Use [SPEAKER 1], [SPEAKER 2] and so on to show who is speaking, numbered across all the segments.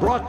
[SPEAKER 1] brought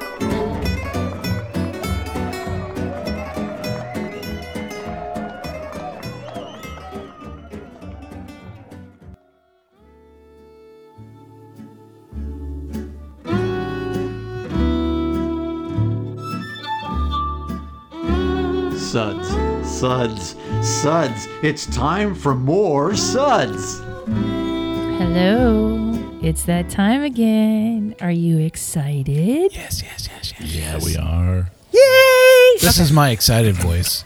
[SPEAKER 1] Suds, suds, suds. It's time for more suds.
[SPEAKER 2] Hello. It's that time again. Are you excited?
[SPEAKER 3] Yes, yes, yes, yes.
[SPEAKER 4] Yeah, we are.
[SPEAKER 2] Yay!
[SPEAKER 3] This is my excited voice.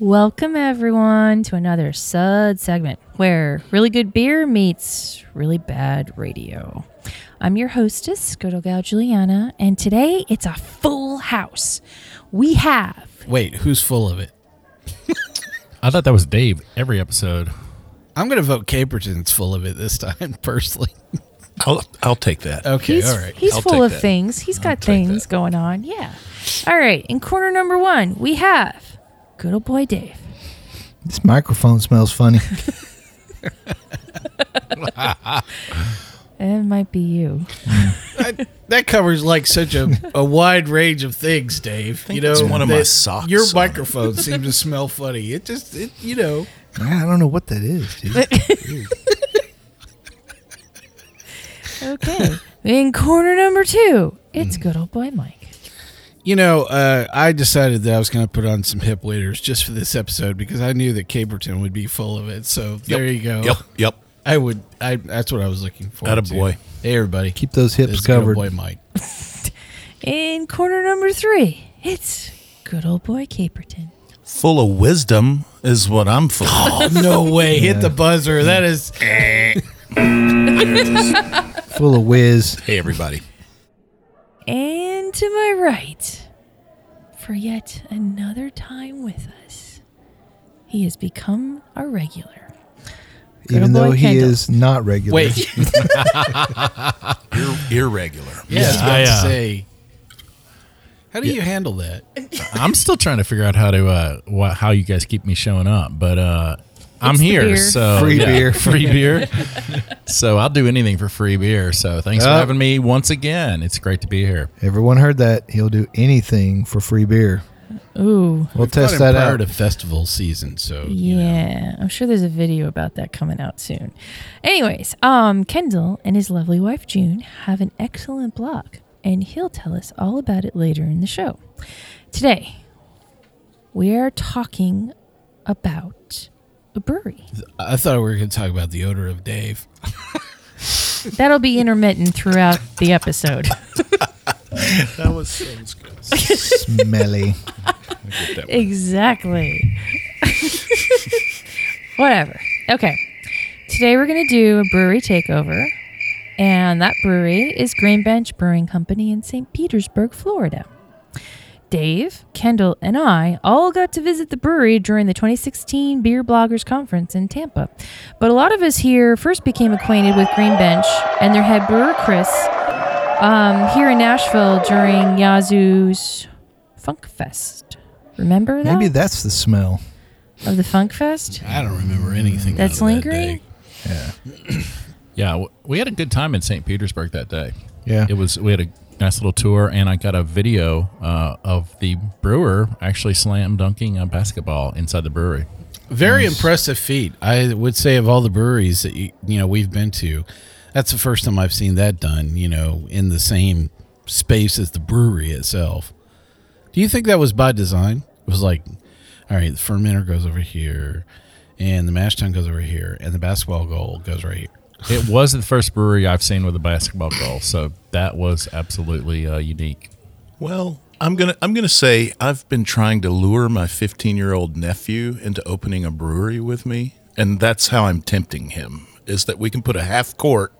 [SPEAKER 2] Welcome, everyone, to another Sud segment where really good beer meets really bad radio. I'm your hostess, good old gal Juliana, and today it's a full house. We have
[SPEAKER 3] Wait, who's full of it?
[SPEAKER 4] I thought that was Dave every episode.
[SPEAKER 3] I'm going to vote Caperton's full of it this time, personally.
[SPEAKER 5] I'll I'll take that.
[SPEAKER 3] Okay,
[SPEAKER 2] he's,
[SPEAKER 3] all right.
[SPEAKER 2] he's
[SPEAKER 5] I'll
[SPEAKER 2] full
[SPEAKER 5] take
[SPEAKER 2] of
[SPEAKER 5] that.
[SPEAKER 2] things. He's got things going on. Yeah. All right. In corner number one, we have good old boy Dave.
[SPEAKER 6] This microphone smells funny.
[SPEAKER 2] It might be you.
[SPEAKER 3] I- that covers like such a, a wide range of things, Dave. you know,
[SPEAKER 5] it's one of my
[SPEAKER 3] that
[SPEAKER 5] socks
[SPEAKER 3] Your
[SPEAKER 5] on it.
[SPEAKER 3] microphone seemed to smell funny. It just, it, you know,
[SPEAKER 6] Yeah, I don't know what that is, dude.
[SPEAKER 2] Okay. In corner number two,
[SPEAKER 6] Mm.
[SPEAKER 2] it's good old boy Mike.
[SPEAKER 3] you know. Uh, I decided that I was going to put on some hip waders just for this episode because I knew that Caperton would be full of it. So there you go.
[SPEAKER 5] Yep, yep.
[SPEAKER 3] I would. I. That's what I was looking for.
[SPEAKER 5] Atta boy.
[SPEAKER 3] Hey, everybody.
[SPEAKER 6] Keep those hips
[SPEAKER 3] This is good old
[SPEAKER 6] covered.
[SPEAKER 3] boy Mike.
[SPEAKER 2] In corner number three, it's good old boy Caperton.
[SPEAKER 5] Full of wisdom is what I'm full of.
[SPEAKER 3] No way. Hit the buzzer. That is.
[SPEAKER 6] Full of whiz.
[SPEAKER 5] hey everybody.
[SPEAKER 2] And to my right, for yet another time with us, he has become a regular. Good old
[SPEAKER 6] even though
[SPEAKER 2] boy
[SPEAKER 6] he
[SPEAKER 2] Kendall.
[SPEAKER 6] is not regular.
[SPEAKER 3] Wait.
[SPEAKER 5] Irre- irregular.
[SPEAKER 3] Yeah, I was about
[SPEAKER 4] I,
[SPEAKER 3] to
[SPEAKER 4] uh,
[SPEAKER 3] say. How do you handle that?
[SPEAKER 4] I'm still trying to figure out how to uh, wha- how you guys keep me showing up, but uh, I'm
[SPEAKER 2] It's the
[SPEAKER 4] here.
[SPEAKER 2] beer.
[SPEAKER 5] Oh,
[SPEAKER 4] So
[SPEAKER 6] Free beer.
[SPEAKER 4] free beer. so I'll do anything for free beer. So thanks for
[SPEAKER 6] Yep.
[SPEAKER 4] having me once again. It's great to be here.
[SPEAKER 6] Everyone heard that. He'll do anything for free beer.
[SPEAKER 2] Ooh,
[SPEAKER 6] We'll test
[SPEAKER 3] Not in
[SPEAKER 6] that
[SPEAKER 3] prior
[SPEAKER 6] out.
[SPEAKER 3] to festival season, so you know.
[SPEAKER 2] yeah. I'm sure there's a video about that coming out soon. Anyways, um, Kendall and his lovely wife June have an excellent blog, and he'll tell us all about it later in the show. Today, we are talking about a brewery.
[SPEAKER 3] I thought we were going to talk about the odor of Dave.
[SPEAKER 2] That'll be intermittent throughout the episode.
[SPEAKER 5] That was sounds good.
[SPEAKER 6] Smelly.
[SPEAKER 2] Exactly. Whatever. Okay. Today we're going to do a brewery takeover. And that brewery is Green Bench Brewing Company in St. Petersburg, Florida. Dave, Kendall, and I all got to visit the brewery during the 2016 Beer Bloggers Conference in Tampa. But a lot of us here first became acquainted with Green Bench and their head brewer, Chris, um, here in Nashville during Yazoo's Funk Fest. Remember that?
[SPEAKER 6] Maybe that's the smell.
[SPEAKER 2] of the Funk Fest?
[SPEAKER 3] I don't remember anything.
[SPEAKER 2] That's
[SPEAKER 3] out of
[SPEAKER 2] lingering?
[SPEAKER 3] That day.
[SPEAKER 4] Yeah, w- we had a good time in St. Petersburg that day.
[SPEAKER 6] Yeah.
[SPEAKER 4] It was we had a nice little tour, and I got a video uh, of the brewer actually slam dunking a basketball inside the brewery.
[SPEAKER 3] Very impressive feat. I would say of all the breweries that you, you know we've been to, that's the first time I've seen that done. You know, in the same space as the brewery itself. Do you think that was by design? It was like, all right, the fermenter goes over here, and the mash tun goes over here, and the basketball goal goes right here.
[SPEAKER 4] It was the first brewery I've seen with a basketball goal, so that was absolutely uh, unique.
[SPEAKER 5] Well, I'm gonna I'm gonna say I've been trying to lure my 15 year old nephew into opening a brewery with me, and that's how I'm tempting him. Is that we can put a half court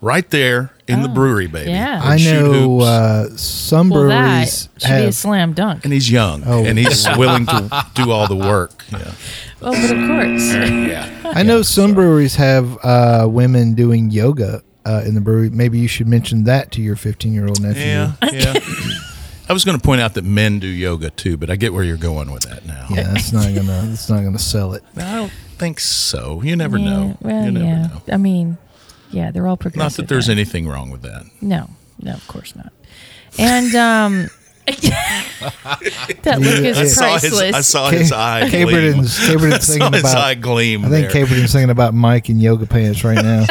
[SPEAKER 5] right there in the brewery, baby.
[SPEAKER 2] yeah.
[SPEAKER 5] and
[SPEAKER 6] I
[SPEAKER 5] shoot
[SPEAKER 6] know
[SPEAKER 5] hoops.
[SPEAKER 6] uh, some
[SPEAKER 2] Well, that
[SPEAKER 6] breweries
[SPEAKER 2] should be a
[SPEAKER 6] have.
[SPEAKER 2] slam dunk.
[SPEAKER 5] and he's young,
[SPEAKER 6] Oh.
[SPEAKER 5] and he's willing to do all the work. Yeah.
[SPEAKER 2] Oh, but of course.
[SPEAKER 5] Yeah.
[SPEAKER 6] I know some breweries have uh, women doing yoga uh, in the brewery. Maybe you should mention that to your 15 year old nephew.
[SPEAKER 5] Yeah. Yeah. I was going to point out that men do yoga too, but I get where you're going with that now.
[SPEAKER 6] Yeah, it's not gonna. It's not gonna sell it.
[SPEAKER 5] I don't think so. You never
[SPEAKER 2] Yeah,
[SPEAKER 5] know.
[SPEAKER 2] Well,
[SPEAKER 5] you never
[SPEAKER 2] yeah.
[SPEAKER 5] know.
[SPEAKER 2] I mean, yeah, they're all progressive.
[SPEAKER 5] Not that there's
[SPEAKER 2] now.
[SPEAKER 5] anything wrong with that.
[SPEAKER 2] No, no, of course not. And um, that look is
[SPEAKER 5] I saw
[SPEAKER 2] priceless.
[SPEAKER 5] his. I saw
[SPEAKER 6] Ca-
[SPEAKER 5] his eye. gleam.
[SPEAKER 6] Caberton's- Caberton's
[SPEAKER 5] I saw
[SPEAKER 6] thinking
[SPEAKER 5] his
[SPEAKER 6] about-
[SPEAKER 5] eye gleam.
[SPEAKER 6] I think
[SPEAKER 5] there.
[SPEAKER 6] Caberton's thinking about Mike in yoga pants right now.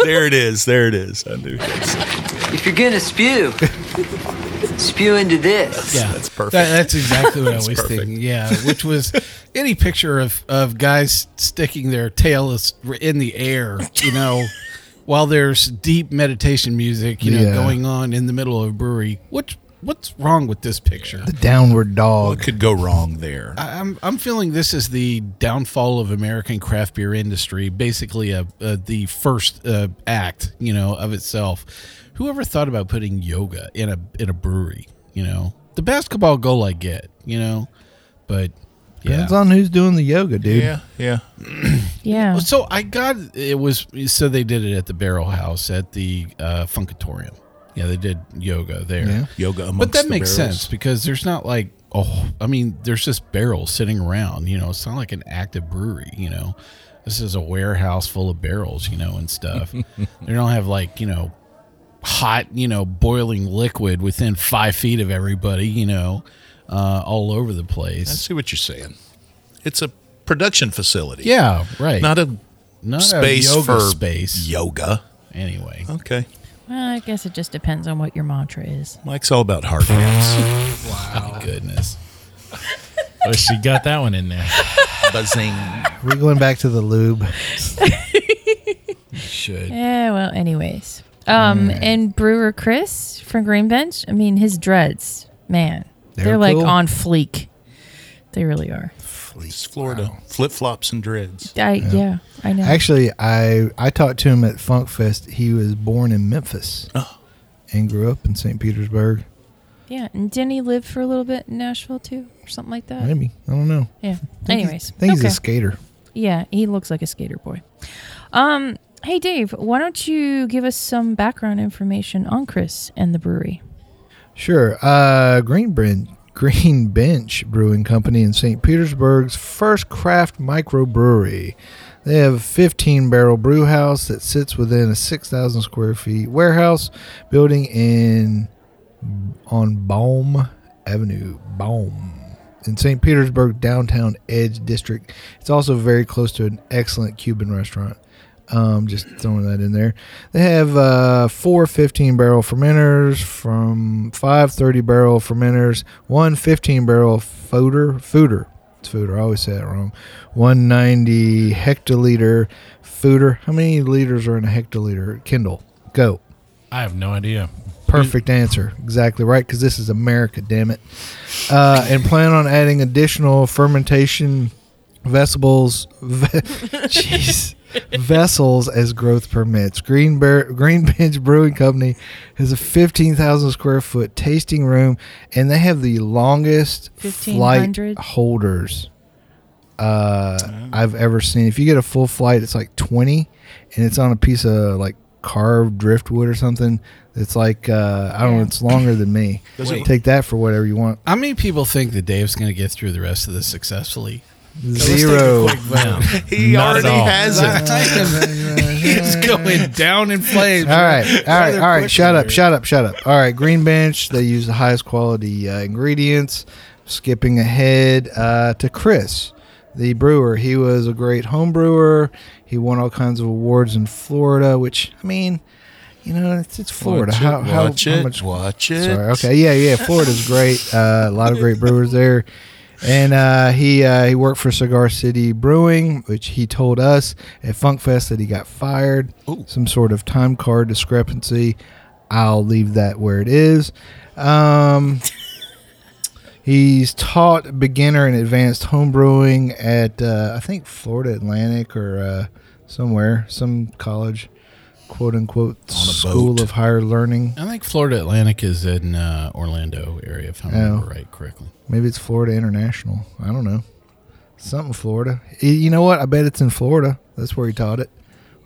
[SPEAKER 5] there it is. There it is. I knew. That's,
[SPEAKER 7] If you're gonna spew, spew into this.
[SPEAKER 3] Yeah,
[SPEAKER 5] that's perfect.
[SPEAKER 3] That, that's exactly what I was
[SPEAKER 5] perfect.
[SPEAKER 3] thinking. Yeah, which was any picture of, of guys sticking their tails in the air, you know, while there's deep meditation music, you know,
[SPEAKER 6] Yeah.
[SPEAKER 3] going on in the middle of a brewery. What what's wrong with this picture?
[SPEAKER 6] Downward
[SPEAKER 5] what
[SPEAKER 6] dog.
[SPEAKER 5] could go wrong there?
[SPEAKER 3] I- I'm I'm feeling this is the downfall of American craft beer industry. Basically, a, a the first uh, act, you know, of itself. Whoever thought about putting yoga in a in a brewery, you know, the basketball goal I get, you know, but yeah.
[SPEAKER 6] Depends on who's doing the yoga, dude.
[SPEAKER 5] yeah, yeah.
[SPEAKER 2] yeah.
[SPEAKER 3] So I got it was so they did it at the Barrel House at the uh, Funkatorium. Yeah, they did yoga there.
[SPEAKER 6] Yeah.
[SPEAKER 5] Yoga amongst
[SPEAKER 3] But that
[SPEAKER 5] the
[SPEAKER 3] makes
[SPEAKER 5] barrels.
[SPEAKER 3] sense because there's not like oh, I mean, there's just barrels sitting around. You know, it's not like an active brewery. You know, this is a warehouse full of barrels. You know, and stuff. they don't have like you know, hot you know boiling liquid within five feet of everybody. You know, uh, all over the place.
[SPEAKER 5] I see what you're saying. It's a production facility.
[SPEAKER 3] yeah, right.
[SPEAKER 5] Not a
[SPEAKER 3] Not a
[SPEAKER 5] space
[SPEAKER 3] yoga
[SPEAKER 5] for
[SPEAKER 3] space.
[SPEAKER 5] Yoga.
[SPEAKER 3] Anyway,
[SPEAKER 5] Okay.
[SPEAKER 2] Well, I guess it just depends on what your mantra is.
[SPEAKER 5] Mike's all about hard hats.
[SPEAKER 3] my goodness.
[SPEAKER 4] Oh, she got that one in there.
[SPEAKER 5] Buzzing.
[SPEAKER 6] We're going back to the lube.
[SPEAKER 3] Should.
[SPEAKER 2] Yeah. Well, anyways. Um, and brewer Chris from Green Bench. I mean, his dreads, man,
[SPEAKER 6] They
[SPEAKER 2] they're,
[SPEAKER 6] were
[SPEAKER 2] like
[SPEAKER 6] cool.
[SPEAKER 2] on fleek. They really are.
[SPEAKER 5] It's Florida. Flip flops and dreads.
[SPEAKER 2] I yeah. I know.
[SPEAKER 6] Actually, I I talked to him at Funk Fest. He was born in Memphis
[SPEAKER 5] Oh.
[SPEAKER 6] and grew up in St. Petersburg.
[SPEAKER 2] yeah. And didn't he live for a little bit in Nashville too, or something like that?
[SPEAKER 6] Maybe I don't know.
[SPEAKER 2] Yeah.
[SPEAKER 6] I think
[SPEAKER 2] Anyways,
[SPEAKER 6] he's, I think he's
[SPEAKER 2] okay.
[SPEAKER 6] a skater.
[SPEAKER 2] Yeah, he looks like a skater boy. Um, hey Dave, why don't you give us some background information on Chris and the brewery?
[SPEAKER 6] Sure. Uh, Green, Bren- Green Bench Brewing Company in St. Petersburg's first craft microbrewery. They have a 15 barrel brew house that sits within a 6,000 square feet warehouse building in on Baum Avenue, Baum in St. Petersburg downtown Edge District. It's also very close to an excellent Cuban restaurant. Um, just throwing that in there. They have uh, four 15 barrel fermenters, from five 30 barrel fermenters, one 15 barrel fooder, fooder. It's fooder. I always say that wrong. 190 hectoliter fooder. How many liters are in a hectoliter? Kindle. Go.
[SPEAKER 4] I have no idea.
[SPEAKER 6] Perfect answer. Exactly right, because this is America, damn it. Uh, and plan on adding additional fermentation vegetables, ve- jeez, vessels as growth permits. Green, Bear, Green Bench Brewing Company has a 15,000 square foot tasting room, and they have the longest flight
[SPEAKER 2] 1500?
[SPEAKER 6] holders uh, I've ever seen. If you get a full flight, it's like 20, and it's on a piece of like carved driftwood or something. It's like, uh, I don't know, it's longer than me.
[SPEAKER 5] Wait.
[SPEAKER 6] Take that for whatever you want.
[SPEAKER 3] How many people think that Dave's going to get through the rest of this successfully?
[SPEAKER 6] Zero.
[SPEAKER 5] He
[SPEAKER 4] Not at
[SPEAKER 5] already
[SPEAKER 4] all.
[SPEAKER 5] has it.
[SPEAKER 3] He's going down in flames.
[SPEAKER 6] All right, all right, all right. Shut up, shut up, shut up. All right, Green Bench. They use the highest quality uh, ingredients. Skipping ahead uh, to Chris, the brewer. He was a great home brewer. He won all kinds of awards in Florida, which I mean, you know, it's, it's Florida.
[SPEAKER 5] Watch it,
[SPEAKER 6] how, how,
[SPEAKER 5] watch
[SPEAKER 6] how
[SPEAKER 5] it,
[SPEAKER 6] much?
[SPEAKER 5] watch it.
[SPEAKER 6] Sorry. Okay. Yeah. Yeah. Florida's great. Uh, a lot of great brewers there. And uh, he uh, he worked for Cigar City Brewing, which he told us at Funk Fest that he got fired. Some sort of time card discrepancy. I'll leave that where it is. Um, he's taught beginner and advanced home brewing at uh, I think Florida Atlantic or uh, somewhere, some college, quote unquote, school
[SPEAKER 5] boat.
[SPEAKER 6] of higher learning.
[SPEAKER 3] I think Florida Atlantic is in uh, Orlando area, if I remember
[SPEAKER 6] Oh.
[SPEAKER 3] right correctly.
[SPEAKER 6] Maybe it's Florida International. I don't know. Something Florida. Y- You know what? I bet it's in Florida. That's where he taught it.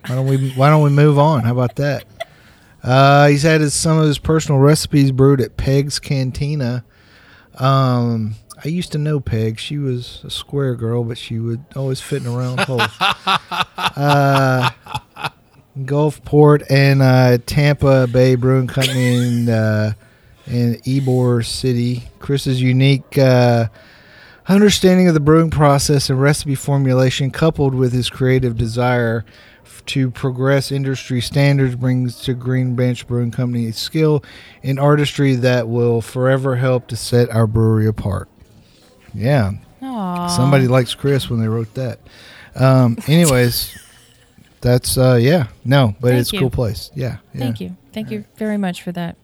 [SPEAKER 6] Why don't we? Why don't we move on? How about that? Uh, he's had his, some of his personal recipes brewed at Peg's Cantina. Um, I used to know Peg. She was a square girl, but she would always fit in a round hole. uh, Gulfport and uh, Tampa Bay Brewing Company in, uh, in Ybor City. Chris's unique. Uh, Understanding of the brewing process and recipe formulation, coupled with his creative desire f- to progress industry standards, brings to Green Bench Brewing Company a skill and artistry that will forever help to set our brewery apart. Yeah,
[SPEAKER 2] Aw.
[SPEAKER 6] somebody likes Chris when they wrote that. Um, anyways, that's uh, yeah, no, but
[SPEAKER 2] Thank
[SPEAKER 6] it's a
[SPEAKER 2] you.
[SPEAKER 6] cool place. Yeah, yeah.
[SPEAKER 2] Thank you. Thank you very much for that.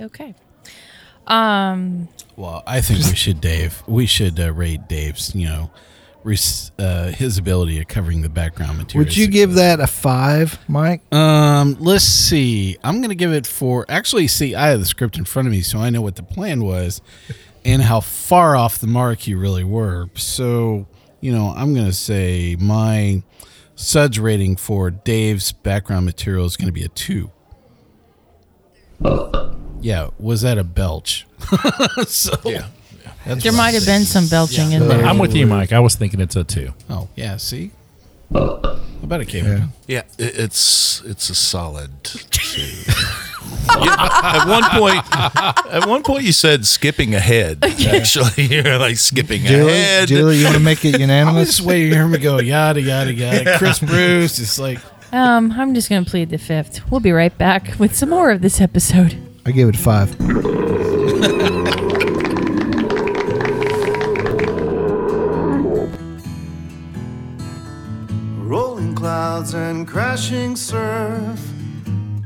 [SPEAKER 2] Okay. Um,
[SPEAKER 3] Well, I think we should, Dave. We should uh, rate Dave's, you know, res- uh, his ability at covering the background material.
[SPEAKER 6] Would you give that a five, Mike?
[SPEAKER 3] Um, let's see. I'm gonna give it four. Actually, see, I have the script in front of me, so I know what the plan was, and how far off the mark you really were. So, you know, I'm gonna say my suds rating for Dave's background material is gonna be a two. Yeah, was that a belch? so, yeah. That's
[SPEAKER 2] there
[SPEAKER 3] what
[SPEAKER 2] might
[SPEAKER 3] I'm
[SPEAKER 2] have been
[SPEAKER 3] saying.
[SPEAKER 2] some belching in
[SPEAKER 6] Yeah.
[SPEAKER 2] there.
[SPEAKER 4] I'm with you, Mike. I was thinking it's a two.
[SPEAKER 3] Oh yeah, see. I bet it came. in.
[SPEAKER 5] Yeah, it, it's it's a solid. two. Yeah, at one point, at one point, you said skipping ahead. Actually, you're like skipping
[SPEAKER 6] Julie,
[SPEAKER 5] ahead.
[SPEAKER 6] Julie, you want to make it
[SPEAKER 3] I
[SPEAKER 6] unanimous?
[SPEAKER 3] was just waiting to hear me go yada yada yada. Chris Bruce is like
[SPEAKER 2] Um, I'm just going to plead the fifth. We'll be right back with some more of this episode.
[SPEAKER 6] I give it a five.
[SPEAKER 8] Rolling clouds and crashing surf,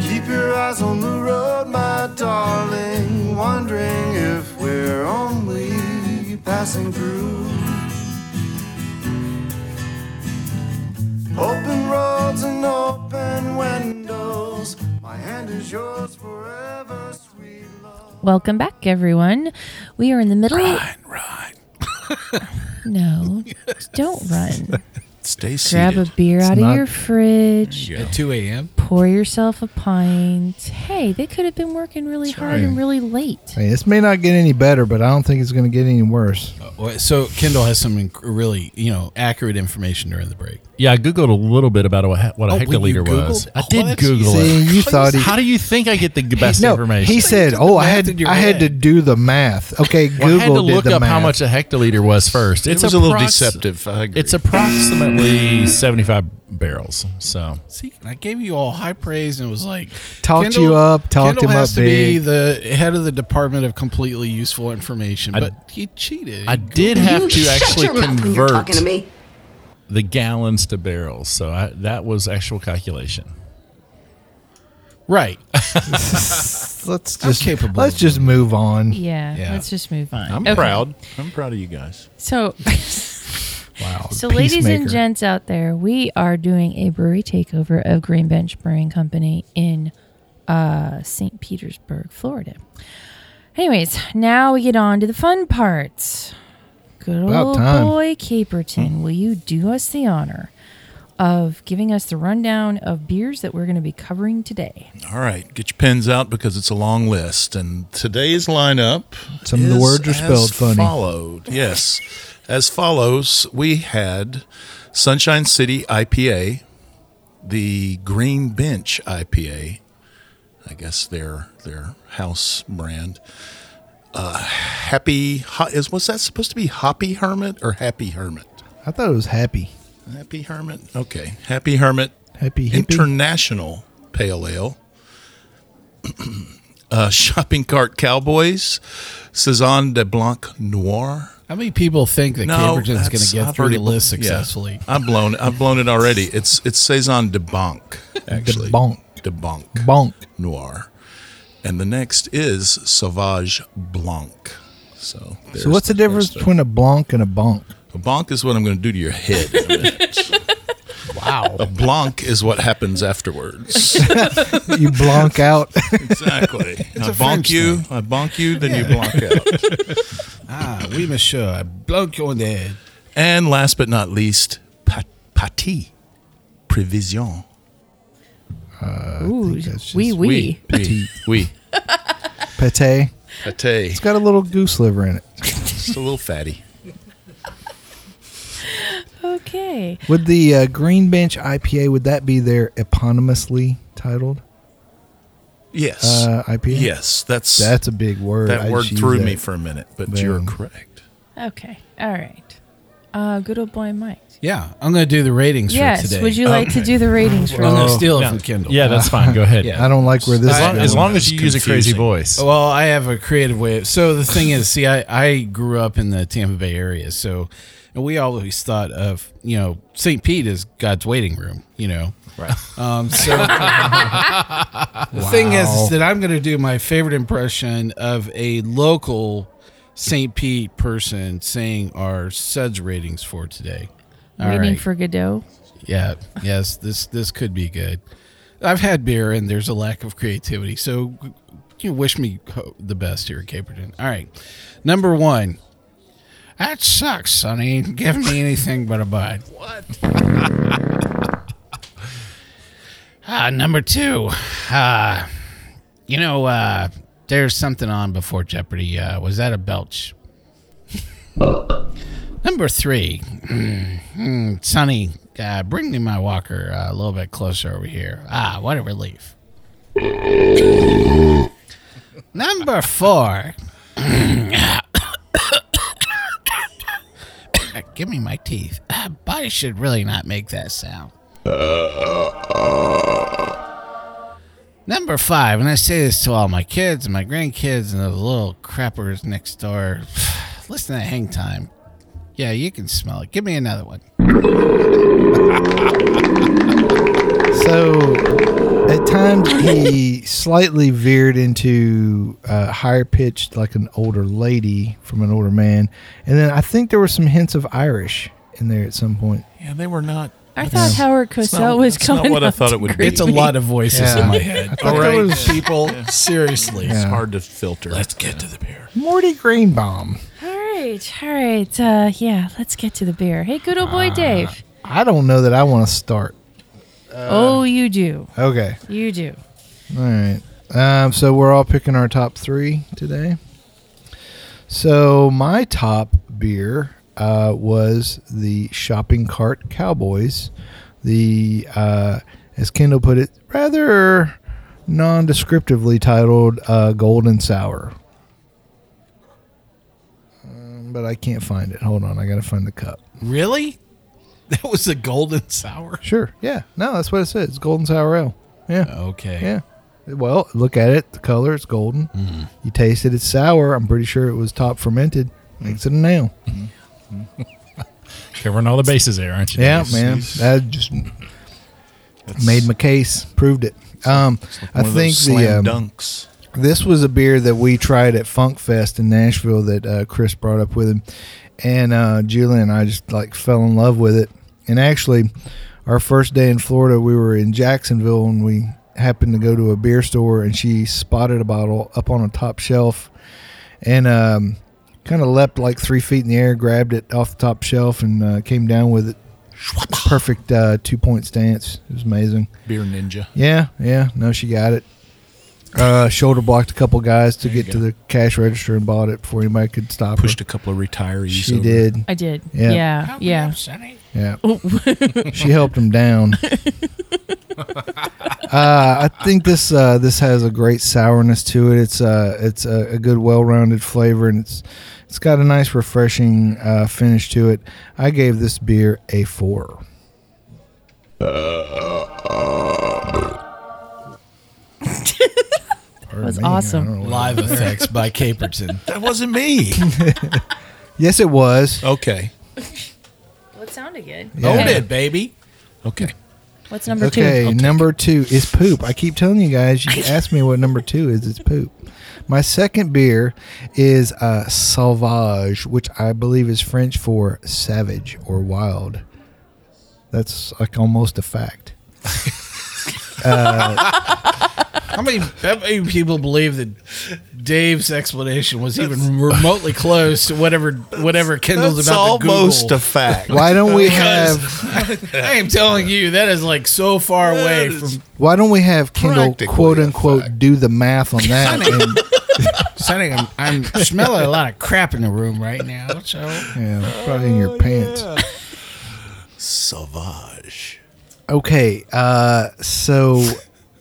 [SPEAKER 8] Keep your eyes on the road, my darling. Wondering if we're only passing through. Open roads and open windows. My hand is yours forever, sweet love.
[SPEAKER 2] Welcome back, everyone. We are in the middle.
[SPEAKER 5] Run, run.
[SPEAKER 2] No, don't run.
[SPEAKER 5] Stay
[SPEAKER 2] Grab a
[SPEAKER 5] seated.
[SPEAKER 2] beer out of
[SPEAKER 6] not-
[SPEAKER 2] your fridge.
[SPEAKER 3] at two a.m.
[SPEAKER 2] Pour yourself a pint. Hey, they could have been working really hard and really late.
[SPEAKER 6] Hey, this may not get any better, but I don't think it's going to get any worse.
[SPEAKER 3] Well, So Kendall has some inc- really, you know, accurate information during the break.
[SPEAKER 4] Yeah, I googled a little bit about what, a- what a
[SPEAKER 3] Oh, well, you
[SPEAKER 4] hectoliter was.
[SPEAKER 3] Googled?
[SPEAKER 4] I
[SPEAKER 3] Oh,
[SPEAKER 4] did
[SPEAKER 3] that's
[SPEAKER 4] Google
[SPEAKER 6] easy.
[SPEAKER 4] it.
[SPEAKER 6] See, you thought he-
[SPEAKER 4] How do you think I get the g- best
[SPEAKER 6] no,
[SPEAKER 4] information?
[SPEAKER 6] he said,
[SPEAKER 3] did the
[SPEAKER 6] "Oh, I
[SPEAKER 3] math
[SPEAKER 6] had
[SPEAKER 3] in your
[SPEAKER 6] I had to
[SPEAKER 3] head."
[SPEAKER 6] do the math." Okay,
[SPEAKER 4] Well,
[SPEAKER 6] Google
[SPEAKER 4] I had to look
[SPEAKER 6] did the
[SPEAKER 4] up
[SPEAKER 6] math.
[SPEAKER 4] how much a hectoliter was first.
[SPEAKER 5] It
[SPEAKER 4] It's
[SPEAKER 5] was a little
[SPEAKER 4] approx-
[SPEAKER 5] deceptive. I agree.
[SPEAKER 4] It's approximately 75 barrels. So
[SPEAKER 3] See, and I gave you all high praise and was like,
[SPEAKER 6] Talked you up, talked
[SPEAKER 3] Kendall
[SPEAKER 6] him
[SPEAKER 3] has
[SPEAKER 6] up
[SPEAKER 3] to be
[SPEAKER 6] big.
[SPEAKER 3] the head of the department of completely useful information,
[SPEAKER 4] I-
[SPEAKER 3] but he cheated.
[SPEAKER 4] I did have to actually convert
[SPEAKER 9] talking to me.
[SPEAKER 4] the gallons to barrels. So I, that was actual calculation.
[SPEAKER 3] right.
[SPEAKER 6] Let's just
[SPEAKER 3] capable
[SPEAKER 6] let's
[SPEAKER 3] of
[SPEAKER 6] just move on.
[SPEAKER 2] Yeah,
[SPEAKER 3] Yeah.
[SPEAKER 2] let's just move on.
[SPEAKER 5] I'm
[SPEAKER 2] Okay.
[SPEAKER 5] proud. I'm proud of you guys.
[SPEAKER 2] So,
[SPEAKER 6] Wow.
[SPEAKER 2] so ladies and
[SPEAKER 6] peacemaker.
[SPEAKER 2] gents out there, we are doing a brewery takeover of Green Bench Brewing Company in uh, St. Petersburg, Florida. Anyways, now we get on to the fun part. Good
[SPEAKER 6] About
[SPEAKER 2] old
[SPEAKER 6] time.
[SPEAKER 2] boy Caperton, will you do us the honor of giving us the rundown of beers that we're going to be covering today?
[SPEAKER 5] All right, get your pens out because it's a long list. And today's lineup.
[SPEAKER 6] Some of the
[SPEAKER 5] is
[SPEAKER 6] words are
[SPEAKER 5] as
[SPEAKER 6] spelled funny.
[SPEAKER 5] Followed, yes, as follows. We had Sunshine City IPA, the Green Bench IPA. I guess their their house brand. Uh, happy Ho- is was that supposed to be Hoppy Hermit or Happy Hermit?
[SPEAKER 6] I thought it was happy.
[SPEAKER 5] Happy Hermit. Okay, Happy Hermit
[SPEAKER 6] Happy hippie.
[SPEAKER 5] International Pale Ale. uh, Shopping Cart Cowboys, Saison de Blanc Noir.
[SPEAKER 3] How many people think that Cambridge's going to
[SPEAKER 5] that's-
[SPEAKER 3] get
[SPEAKER 5] I've
[SPEAKER 3] through
[SPEAKER 5] already
[SPEAKER 3] the list
[SPEAKER 5] blo- yeah.
[SPEAKER 3] successfully?
[SPEAKER 5] I've blown, I've blown it already. It's it's Saison de Banc, actually.
[SPEAKER 6] Banc.
[SPEAKER 5] De Banc
[SPEAKER 6] bonk.
[SPEAKER 5] Noir. And the next is Sauvage Blanc. So,
[SPEAKER 6] So what's the difference between a blanc and a bonk?
[SPEAKER 5] A bonk is what I'm going to do to your head. in a minute.
[SPEAKER 6] Wow.
[SPEAKER 5] a blanc is what happens afterwards.
[SPEAKER 6] you blanc out.
[SPEAKER 5] Exactly. I
[SPEAKER 3] a
[SPEAKER 5] bonk
[SPEAKER 3] French
[SPEAKER 5] you. I bonk you. Then you blank out.
[SPEAKER 3] Ah, oui, monsieur. I blanc on the head.
[SPEAKER 5] and last but not least, pat- pâté, prévision.
[SPEAKER 2] Ooh,
[SPEAKER 6] that's
[SPEAKER 2] wee
[SPEAKER 6] just-
[SPEAKER 2] wee.
[SPEAKER 5] oui, oui.
[SPEAKER 6] Pate.
[SPEAKER 5] Pâté.
[SPEAKER 6] It's got a little goose liver in it.
[SPEAKER 5] Just a little fatty.
[SPEAKER 2] Okay.
[SPEAKER 6] Would the uh, Green Bench IPA would that be their eponymously titled
[SPEAKER 5] Yes.
[SPEAKER 6] uh, IPA?
[SPEAKER 5] yes. That's,
[SPEAKER 6] that's a big word. I
[SPEAKER 5] that word
[SPEAKER 6] just
[SPEAKER 5] threw
[SPEAKER 6] used
[SPEAKER 5] me
[SPEAKER 6] that.
[SPEAKER 5] for a minute, but
[SPEAKER 6] Man.
[SPEAKER 5] you're correct.
[SPEAKER 2] Okay. All right. Uh, good old boy Mike.
[SPEAKER 3] Yeah, I'm going to do the ratings
[SPEAKER 2] yes.
[SPEAKER 3] for today.
[SPEAKER 2] Would you like to
[SPEAKER 5] Okay.
[SPEAKER 2] do the ratings for
[SPEAKER 3] I'm going
[SPEAKER 2] us?
[SPEAKER 3] to steal it
[SPEAKER 4] yeah.
[SPEAKER 3] from Kendall.
[SPEAKER 4] Yeah, that's fine. Go ahead.
[SPEAKER 3] Yeah.
[SPEAKER 6] I don't like where this
[SPEAKER 4] As
[SPEAKER 6] is
[SPEAKER 4] long,
[SPEAKER 6] going.
[SPEAKER 4] as, long as you
[SPEAKER 5] It's
[SPEAKER 4] use a crazy
[SPEAKER 5] confusing.
[SPEAKER 4] voice.
[SPEAKER 3] Well, I have a creative way. So the thing is, see, I, I grew up in the Tampa Bay area, so and we always thought of you know St. Pete as God's waiting room, you know. Right. Um, so the thing is, is that I'm going to do my favorite impression of a local St. Pete person saying our suds ratings for today. All
[SPEAKER 2] Waiting
[SPEAKER 3] right.
[SPEAKER 2] for Godot.
[SPEAKER 3] Yeah. Yes. This this could be good. I've had beer, and there's a lack of creativity. So, you wish me ho- the best here at Caperton. All right. Number one. That sucks, Sonny. Give me anything but a bud. What? ah, number two. Uh, you know, uh, there's something on before Jeopardy. Uh, was that a belch? number three. Sonny, uh, bring me my walker uh, a little bit closer over here. Ah, what a relief. Number four. Give me my teeth. Uh, body should really not make that sound. Number five, and I say this to all my kids and my grandkids and those little crappers next door. Listen to that hang time. Yeah, you can smell it. Give me another one.
[SPEAKER 6] So at times he slightly veered into uh, higher pitched, like an older lady from an older man, and then I think there were some hints of Irish in there at some point.
[SPEAKER 5] Yeah, they were not.
[SPEAKER 2] I thought Howard Cosell
[SPEAKER 5] not-
[SPEAKER 2] was
[SPEAKER 5] that's not
[SPEAKER 2] coming.
[SPEAKER 5] what I
[SPEAKER 2] up
[SPEAKER 5] thought
[SPEAKER 2] to
[SPEAKER 5] it would be.
[SPEAKER 2] greet
[SPEAKER 3] It's a
[SPEAKER 2] me.
[SPEAKER 3] lot of voices
[SPEAKER 6] Yeah.
[SPEAKER 3] in my head.
[SPEAKER 6] thought
[SPEAKER 3] All
[SPEAKER 6] that
[SPEAKER 3] right,
[SPEAKER 6] was-
[SPEAKER 3] people, seriously.
[SPEAKER 5] It's
[SPEAKER 6] Yeah.
[SPEAKER 5] hard to filter. Let's
[SPEAKER 3] get to the beer.
[SPEAKER 6] Morty Greenbaum.
[SPEAKER 2] All right. All right. Uh, yeah. Let's get to the beer. Hey, good old boy
[SPEAKER 5] Ah.
[SPEAKER 2] Dave.
[SPEAKER 6] I don't know that I want to start.
[SPEAKER 2] oh, you do.
[SPEAKER 6] Okay,
[SPEAKER 2] You do.
[SPEAKER 6] all right. Um, so we're all picking our top three today. So my top beer uh, was the shopping cart Cowboys, the uh, as Kendall put it, rather non-descriptively titled uh, Golden Sour. Um, but I can't find it. Hold on, I gotta find the cup.
[SPEAKER 3] Really? That was a golden sour.
[SPEAKER 6] Sure, yeah, no, that's what it says. It's Golden Sour Ale. Yeah.
[SPEAKER 3] Okay.
[SPEAKER 6] Yeah. Well, look at it. The color, it's golden.
[SPEAKER 5] Mm.
[SPEAKER 6] You taste it, it's sour. I'm pretty sure it was top fermented. Makes it a nail.
[SPEAKER 4] Covering all the bases there, aren't you?
[SPEAKER 6] Yeah,
[SPEAKER 4] Dave?
[SPEAKER 6] man. That just made my case. Proved it. Um, I
[SPEAKER 5] One of
[SPEAKER 6] think
[SPEAKER 5] those slam
[SPEAKER 6] the um,
[SPEAKER 5] dunks.
[SPEAKER 6] this was a beer that we tried at Funk Fest in Nashville that uh, Chris brought up with him, and uh, Julia and I just like fell in love with it. And actually, our first day in Florida, we were in Jacksonville and we happened to go to a beer store, and she spotted a bottle up on a top shelf, and um, kind of leapt like three feet in the air, grabbed it off the top shelf, and uh, came down with it. Perfect uh, two point stance. It was amazing.
[SPEAKER 5] Beer ninja.
[SPEAKER 6] Yeah, yeah. No, she got it. Uh, shoulder blocked a couple guys to get to the cash register and bought it before anybody could stop
[SPEAKER 5] Pushed
[SPEAKER 6] her.
[SPEAKER 5] a couple of retirees.
[SPEAKER 6] She
[SPEAKER 5] over.
[SPEAKER 6] did.
[SPEAKER 2] I did.
[SPEAKER 6] Yeah.
[SPEAKER 2] Yeah. Yeah.
[SPEAKER 6] Yeah.
[SPEAKER 2] Oh.
[SPEAKER 6] she helped him down. uh, I think this uh, this has a great sourness to it. It's uh, it's a, a good, well-rounded flavor, and it's it's got a nice, refreshing uh, finish to it. I gave this beer a four.
[SPEAKER 2] That
[SPEAKER 6] Oh,
[SPEAKER 2] was awesome.
[SPEAKER 3] Live effects by Caperton.
[SPEAKER 5] That wasn't me.
[SPEAKER 6] Yes, it was.
[SPEAKER 5] okay.
[SPEAKER 2] Well, it sounded good.
[SPEAKER 6] Yeah.
[SPEAKER 3] Own it, baby.
[SPEAKER 5] Okay.
[SPEAKER 2] What's number
[SPEAKER 6] okay,
[SPEAKER 2] two?
[SPEAKER 6] number two is poop. I keep telling you guys, you ask me what number two is. It's poop. My second beer is uh, Sauvage, which I believe is French for savage or wild. That's like almost a fact.
[SPEAKER 3] How many, how many people believe that Dave's explanation was even remotely close to whatever whatever Kendall's
[SPEAKER 5] That's
[SPEAKER 3] about to
[SPEAKER 5] almost
[SPEAKER 3] Google?
[SPEAKER 5] a fact.
[SPEAKER 6] Why don't we
[SPEAKER 3] Because-
[SPEAKER 6] have
[SPEAKER 3] I am telling you, that is like so far away from
[SPEAKER 6] Why don't we have Kendall
[SPEAKER 5] Practically
[SPEAKER 6] quote
[SPEAKER 5] a
[SPEAKER 6] unquote
[SPEAKER 5] fact.
[SPEAKER 6] do the math on that? and,
[SPEAKER 3] sounding. I'm, I'm smelling a lot of crap in the room right now. So
[SPEAKER 6] yeah, probably in your pants.
[SPEAKER 5] Sauvage.
[SPEAKER 6] Okay, uh, so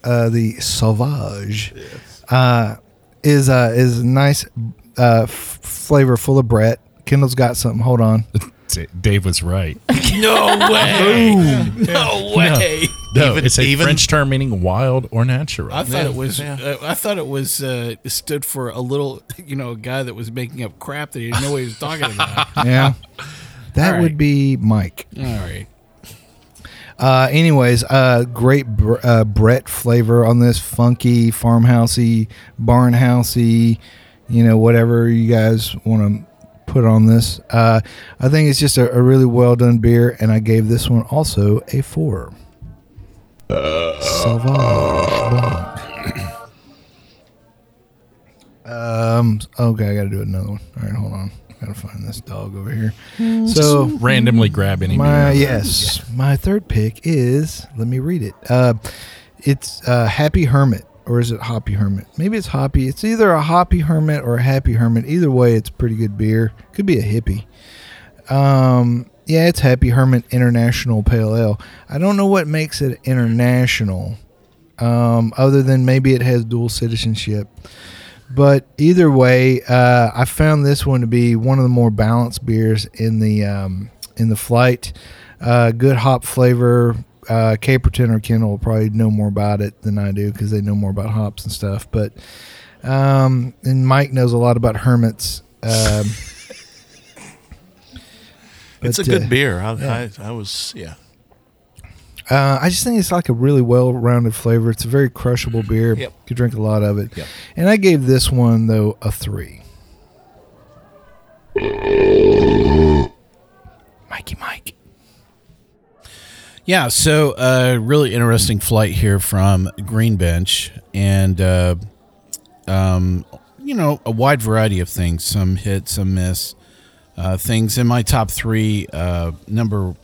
[SPEAKER 6] uh, the Sauvage uh, is uh, is a nice uh, f- flavor full of Brett. Kendall's got something. Hold on.
[SPEAKER 4] Dave was right.
[SPEAKER 3] no way, no way.
[SPEAKER 4] No,
[SPEAKER 5] Even-
[SPEAKER 4] it's a
[SPEAKER 5] even-
[SPEAKER 4] French term meaning wild or natural.
[SPEAKER 3] I thought it was.
[SPEAKER 5] yeah.
[SPEAKER 3] Uh, I thought it was uh, stood for a little, you know, a guy that was making up crap that he didn't know what he was talking about. All
[SPEAKER 6] Yeah, that
[SPEAKER 3] All right.
[SPEAKER 6] would be Mike.
[SPEAKER 3] right.
[SPEAKER 6] Uh, anyways, uh, great br- uh, Brett flavor on this funky farmhousey, barnhousey, you know, whatever you guys want to put on this. Uh, I think it's just a, a really well done beer, and I gave this one also a four. Sauvage Blanc. um. Okay, I got to do another one. All right, hold on. Gotta find this dog over here. So
[SPEAKER 4] randomly grab any
[SPEAKER 6] my
[SPEAKER 4] beer.
[SPEAKER 6] yes, my third pick is. Let me read it. Uh, it's uh, Happy Hermit, or is it Hoppy Hermit? Maybe it's Hoppy. It's either a Hoppy Hermit or a Happy Hermit. Either way, it's pretty good beer. Could be a hippie. Um, yeah, it's Happy Hermit International Pale Ale. I don't know what makes it international, um, other than maybe it has dual citizenship. But either way, uh, I found this one to be one of the more balanced beers in the um, in the flight. Uh, good hop flavor. Uh, Caperton or Kendall will probably know more about it than I do because they know more about hops and stuff. But um, and Mike knows a lot about hermits. Um,
[SPEAKER 5] It's a
[SPEAKER 6] but,
[SPEAKER 5] good
[SPEAKER 6] uh,
[SPEAKER 5] beer. I, I, I was, yeah.
[SPEAKER 6] Uh, I just think it's like a really well-rounded flavor. It's a very crushable beer.
[SPEAKER 5] Yep.
[SPEAKER 6] You could drink a lot of it.
[SPEAKER 5] Yep.
[SPEAKER 6] And I gave this one though a three. Mikey, Mike.
[SPEAKER 3] Yeah, so uh, really interesting flight here from Greenbench, and uh, um, you know a wide variety of things. Some hit, some miss. Uh, things in my top three. Uh, number,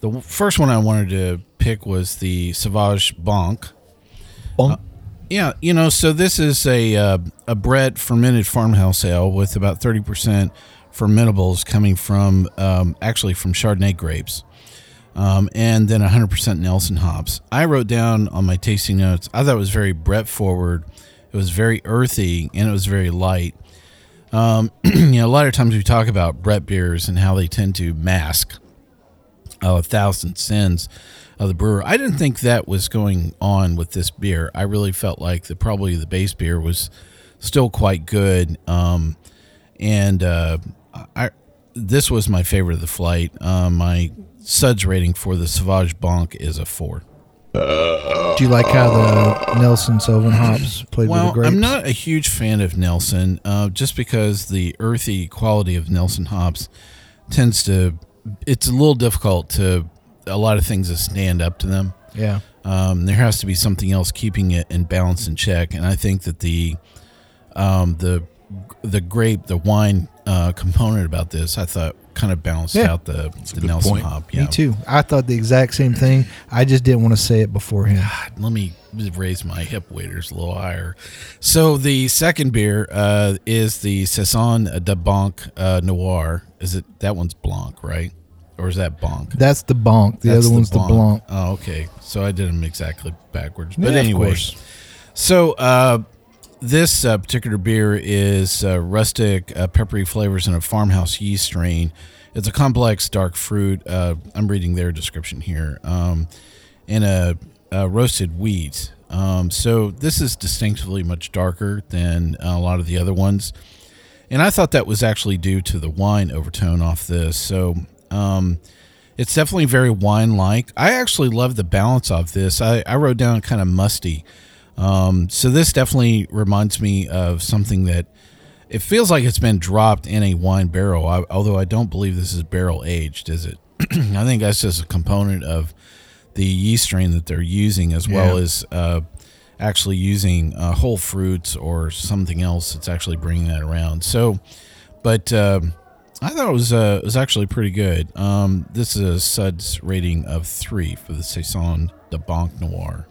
[SPEAKER 3] the w- first one I wanted to pick was the Sauvage Bonk.
[SPEAKER 6] Bonk.
[SPEAKER 3] Yeah, you know, so this is a uh, a Brett fermented farmhouse ale with about thirty percent fermentables coming from um, actually from Chardonnay grapes um, and then 100% Nelson hops. I wrote down on my tasting notes, I thought it was very Brett forward. It was very earthy and it was very light. Um, you know, a lot of times we talk about Brett beers and how they tend to mask uh, a thousand sins of the brewer. I didn't think that was going on with this beer. I really felt like the probably the base beer was still quite good. Um, and uh, I this was my favorite of the flight. Uh, my suds rating for the Sauvage Bonk is a four.
[SPEAKER 6] Do you like how the Nelson Sylvan hops played
[SPEAKER 3] Well,
[SPEAKER 6] with the grapes?
[SPEAKER 3] I'm not a huge fan of Nelson, uh, just because the earthy quality of Nelson hops tends to. It's a little difficult to a lot of things to stand up to them.
[SPEAKER 6] Yeah.
[SPEAKER 3] Um, there has to be something else keeping it in balance and check, and I think that the um, the the grape, the wine uh, component about this, I thought kind of balanced
[SPEAKER 6] Yeah.
[SPEAKER 3] out the, the Nelson
[SPEAKER 5] point.
[SPEAKER 3] hop.
[SPEAKER 6] Me too. I thought the exact same thing. I just didn't want to say it beforehand.
[SPEAKER 3] let me raise my hip waders a little higher. So the second beer uh, is the Saison de Banque uh, Noir. Is it that one's Blanc, right? Or is that Bonk?
[SPEAKER 6] That's the bonk. The
[SPEAKER 3] That's
[SPEAKER 6] other one's the blanc.
[SPEAKER 3] Oh, okay. So I did them exactly backwards. But
[SPEAKER 6] Yeah, of
[SPEAKER 3] anyway,
[SPEAKER 6] course.
[SPEAKER 3] so uh, this uh, particular beer is uh, rustic, uh, peppery flavors in a farmhouse yeast strain. It's a complex dark fruit. Uh, I'm reading their description here. Um, in a, a roasted wheat. Um, so this is distinctively much darker than a lot of the other ones. And I thought that was actually due to the wine overtone off this. So um, It's definitely very wine like. I actually love the balance of this. I, I wrote down kind of musty. Um, so this definitely reminds me of something that it feels like it's been dropped in a wine barrel. I, although I don't believe this is barrel aged, is it? I think that's just a component of the yeast strain that they're using, as well as uh, actually using uh, whole fruits or something else that's actually bringing that around. So, but um I thought it was uh, it was actually pretty good. Um, this is a Suds rating of three for the Saison de Banque Noir.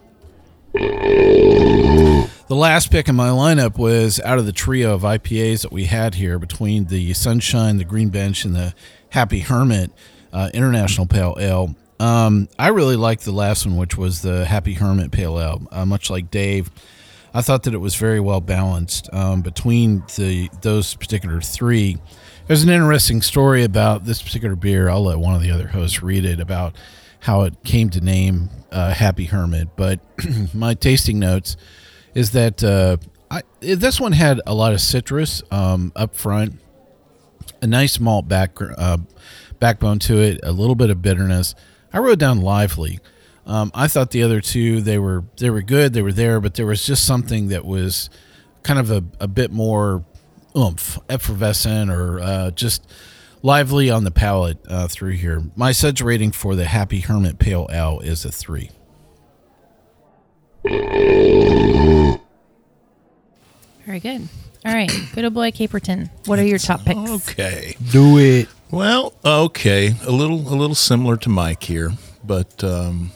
[SPEAKER 3] The last pick in my lineup was out of the trio of IPAs that we had here between the Sunshine, the Green Bench, and the Happy Hermit uh, International Pale Ale. Um, I really liked the last one, which was the Happy Hermit Pale Ale. Uh, much like Dave, I thought that it was very well balanced um, between the those particular three. There's an interesting story about this particular beer. I'll let one of the other hosts read it about how it came to name uh, Happy Hermit. But my tasting notes is that uh, I, this one had a lot of citrus um, up front, a nice malt back, uh, backbone to it, a little bit of bitterness. I wrote down lively. Um, I thought the other two they were they were good, they were there, but there was just something that was kind of a, a bit more oomph, effervescent, or uh, just lively on the palate uh, through here. My suds rating for the Happy Hermit Pale Ale is a three.
[SPEAKER 2] Very good. All right, good old boy Caperton. What are your top picks?
[SPEAKER 5] oh, Okay.
[SPEAKER 6] Do it.
[SPEAKER 5] Well, okay, a little a little similar to Mike here, but um,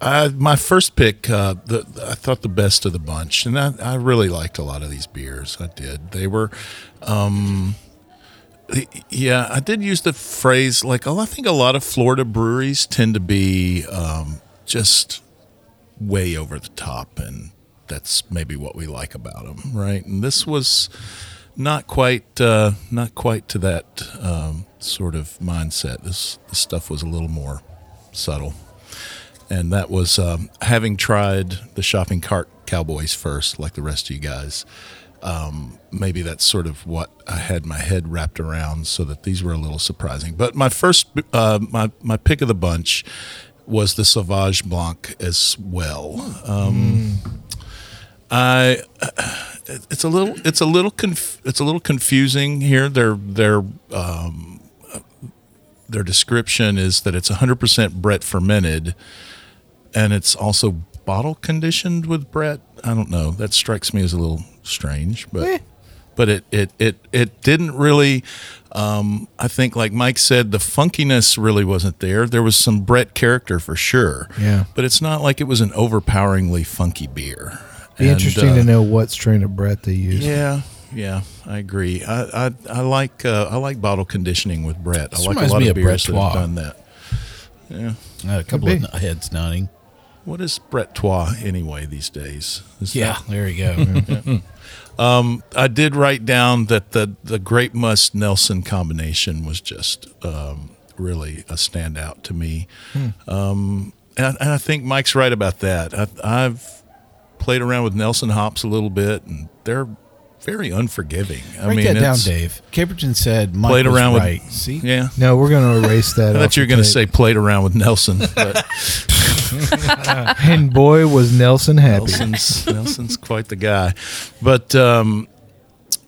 [SPEAKER 5] I, my first pick, uh, the, I thought the best of the bunch, and I, I really liked a lot of these beers. I did. They were, um, y- yeah, I did use the phrase like oh, I think a lot of Florida breweries tend to be um, just way over the top, and that's maybe what we like about them, right? And this was not quite uh, not quite to that um, sort of mindset. This, this stuff was a little more subtle, and that was um, having tried the shopping cart cowboys first, like the rest of you guys. Um, maybe that's sort of what I had my head wrapped around, so that these were a little surprising. But my first, uh, my my pick of the bunch was the Sauvage Blanc as well. Um, I it's a little it's a little conf, it's a little confusing here. Their their um, their description is that it's 100% Brett fermented, and it's also bottle conditioned with Brett. I don't know. That strikes me as a little strange, but but it it it it didn't really. Um, I think, like Mike said, the funkiness really wasn't there. There was some Brett character for sure.
[SPEAKER 6] Yeah.
[SPEAKER 5] but it's not like it was an overpoweringly funky beer.
[SPEAKER 6] Be
[SPEAKER 5] And,
[SPEAKER 6] interesting
[SPEAKER 5] uh,
[SPEAKER 6] to know what strain of Brett they use.
[SPEAKER 5] yeah, yeah, I agree. I I, I like uh, I like bottle conditioning with Brett. I like a
[SPEAKER 3] reminds
[SPEAKER 5] lot
[SPEAKER 3] me
[SPEAKER 5] of
[SPEAKER 3] of
[SPEAKER 5] beers that
[SPEAKER 3] Brettois.
[SPEAKER 5] have done that.
[SPEAKER 3] Uh, a couple of
[SPEAKER 6] be.
[SPEAKER 3] n- heads nodding.
[SPEAKER 5] What is Brettois anyway these days? Is that-
[SPEAKER 3] there you go.
[SPEAKER 5] I did write down that the the Great Must Nelson combination was just um, really a standout to me, um, and, and I think Mike's right about that. I, I've played around with Nelson hops a little bit, and they're very unforgiving. I
[SPEAKER 3] Write
[SPEAKER 5] mean,
[SPEAKER 3] that down,
[SPEAKER 5] it's-
[SPEAKER 3] Dave. Caperton said, "Mike
[SPEAKER 5] Played
[SPEAKER 3] was
[SPEAKER 5] around with-
[SPEAKER 3] right. See,
[SPEAKER 5] Yeah,
[SPEAKER 6] No, we're going to erase that.
[SPEAKER 5] I
[SPEAKER 6] off
[SPEAKER 5] thought you were
[SPEAKER 6] the
[SPEAKER 5] going to
[SPEAKER 6] tape.
[SPEAKER 5] say played around with Nelson, but
[SPEAKER 6] And boy, was Nelson happy.
[SPEAKER 5] Nelson's Nelson's quite the guy. But um,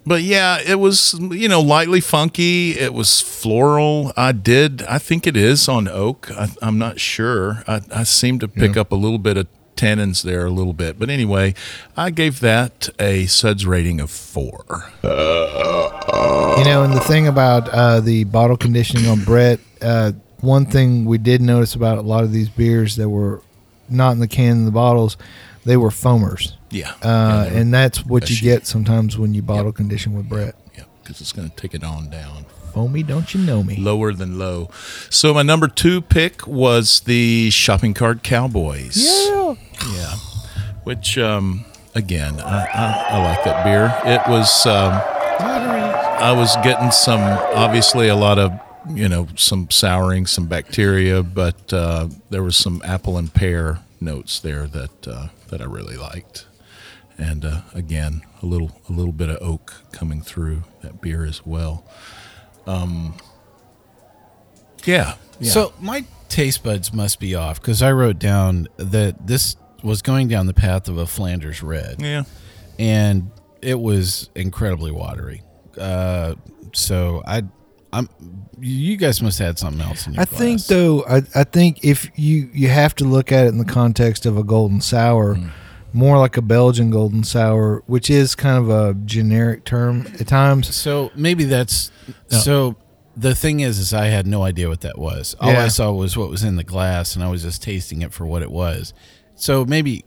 [SPEAKER 5] but yeah, it was you know lightly funky. It was floral. I did. I think it is on oak. I, I'm not sure. I, I seem to pick up a little bit of tannins there a little bit. But anyway, I gave that a suds rating of four.
[SPEAKER 6] You know, and the thing about uh, the bottle conditioning on Brett, uh, one thing we did notice about a lot of these beers that were not in the can and the bottles, they were foamers.
[SPEAKER 5] Yeah.
[SPEAKER 6] Uh, and that's what you
[SPEAKER 5] gushy.
[SPEAKER 6] get sometimes when you bottle condition with Brett.
[SPEAKER 5] yeah, because it's going to take it on down.
[SPEAKER 6] Foamy, don't you know me?
[SPEAKER 5] lower than low. So my number two pick was the shopping cart Cowboys. Yeah, yeah. Which um, again, I, I, I like that beer. It was um, I was getting some obviously a lot of you know some souring, some bacteria, but uh, there was some apple and pear notes there that uh, that I really liked. And uh, again, a little a little bit of oak coming through that beer as well. Yeah.
[SPEAKER 3] So my taste buds must be off because I wrote down that this was going down the path of a Flanders red,
[SPEAKER 5] Yeah.
[SPEAKER 3] and it was incredibly watery. Uh, so I, I'm, you guys must have had something else in your
[SPEAKER 6] I think
[SPEAKER 3] glass.
[SPEAKER 6] though, I, I think if you you have to look at it in the context of a golden sour,
[SPEAKER 3] Mm.
[SPEAKER 6] more like a Belgian golden sour, which is kind of a generic term at times.
[SPEAKER 3] So maybe that's so. The thing is, is I had no idea what that was. All
[SPEAKER 6] Yeah.
[SPEAKER 3] I saw was what was in the glass, and I was just tasting it for what it was. So maybe,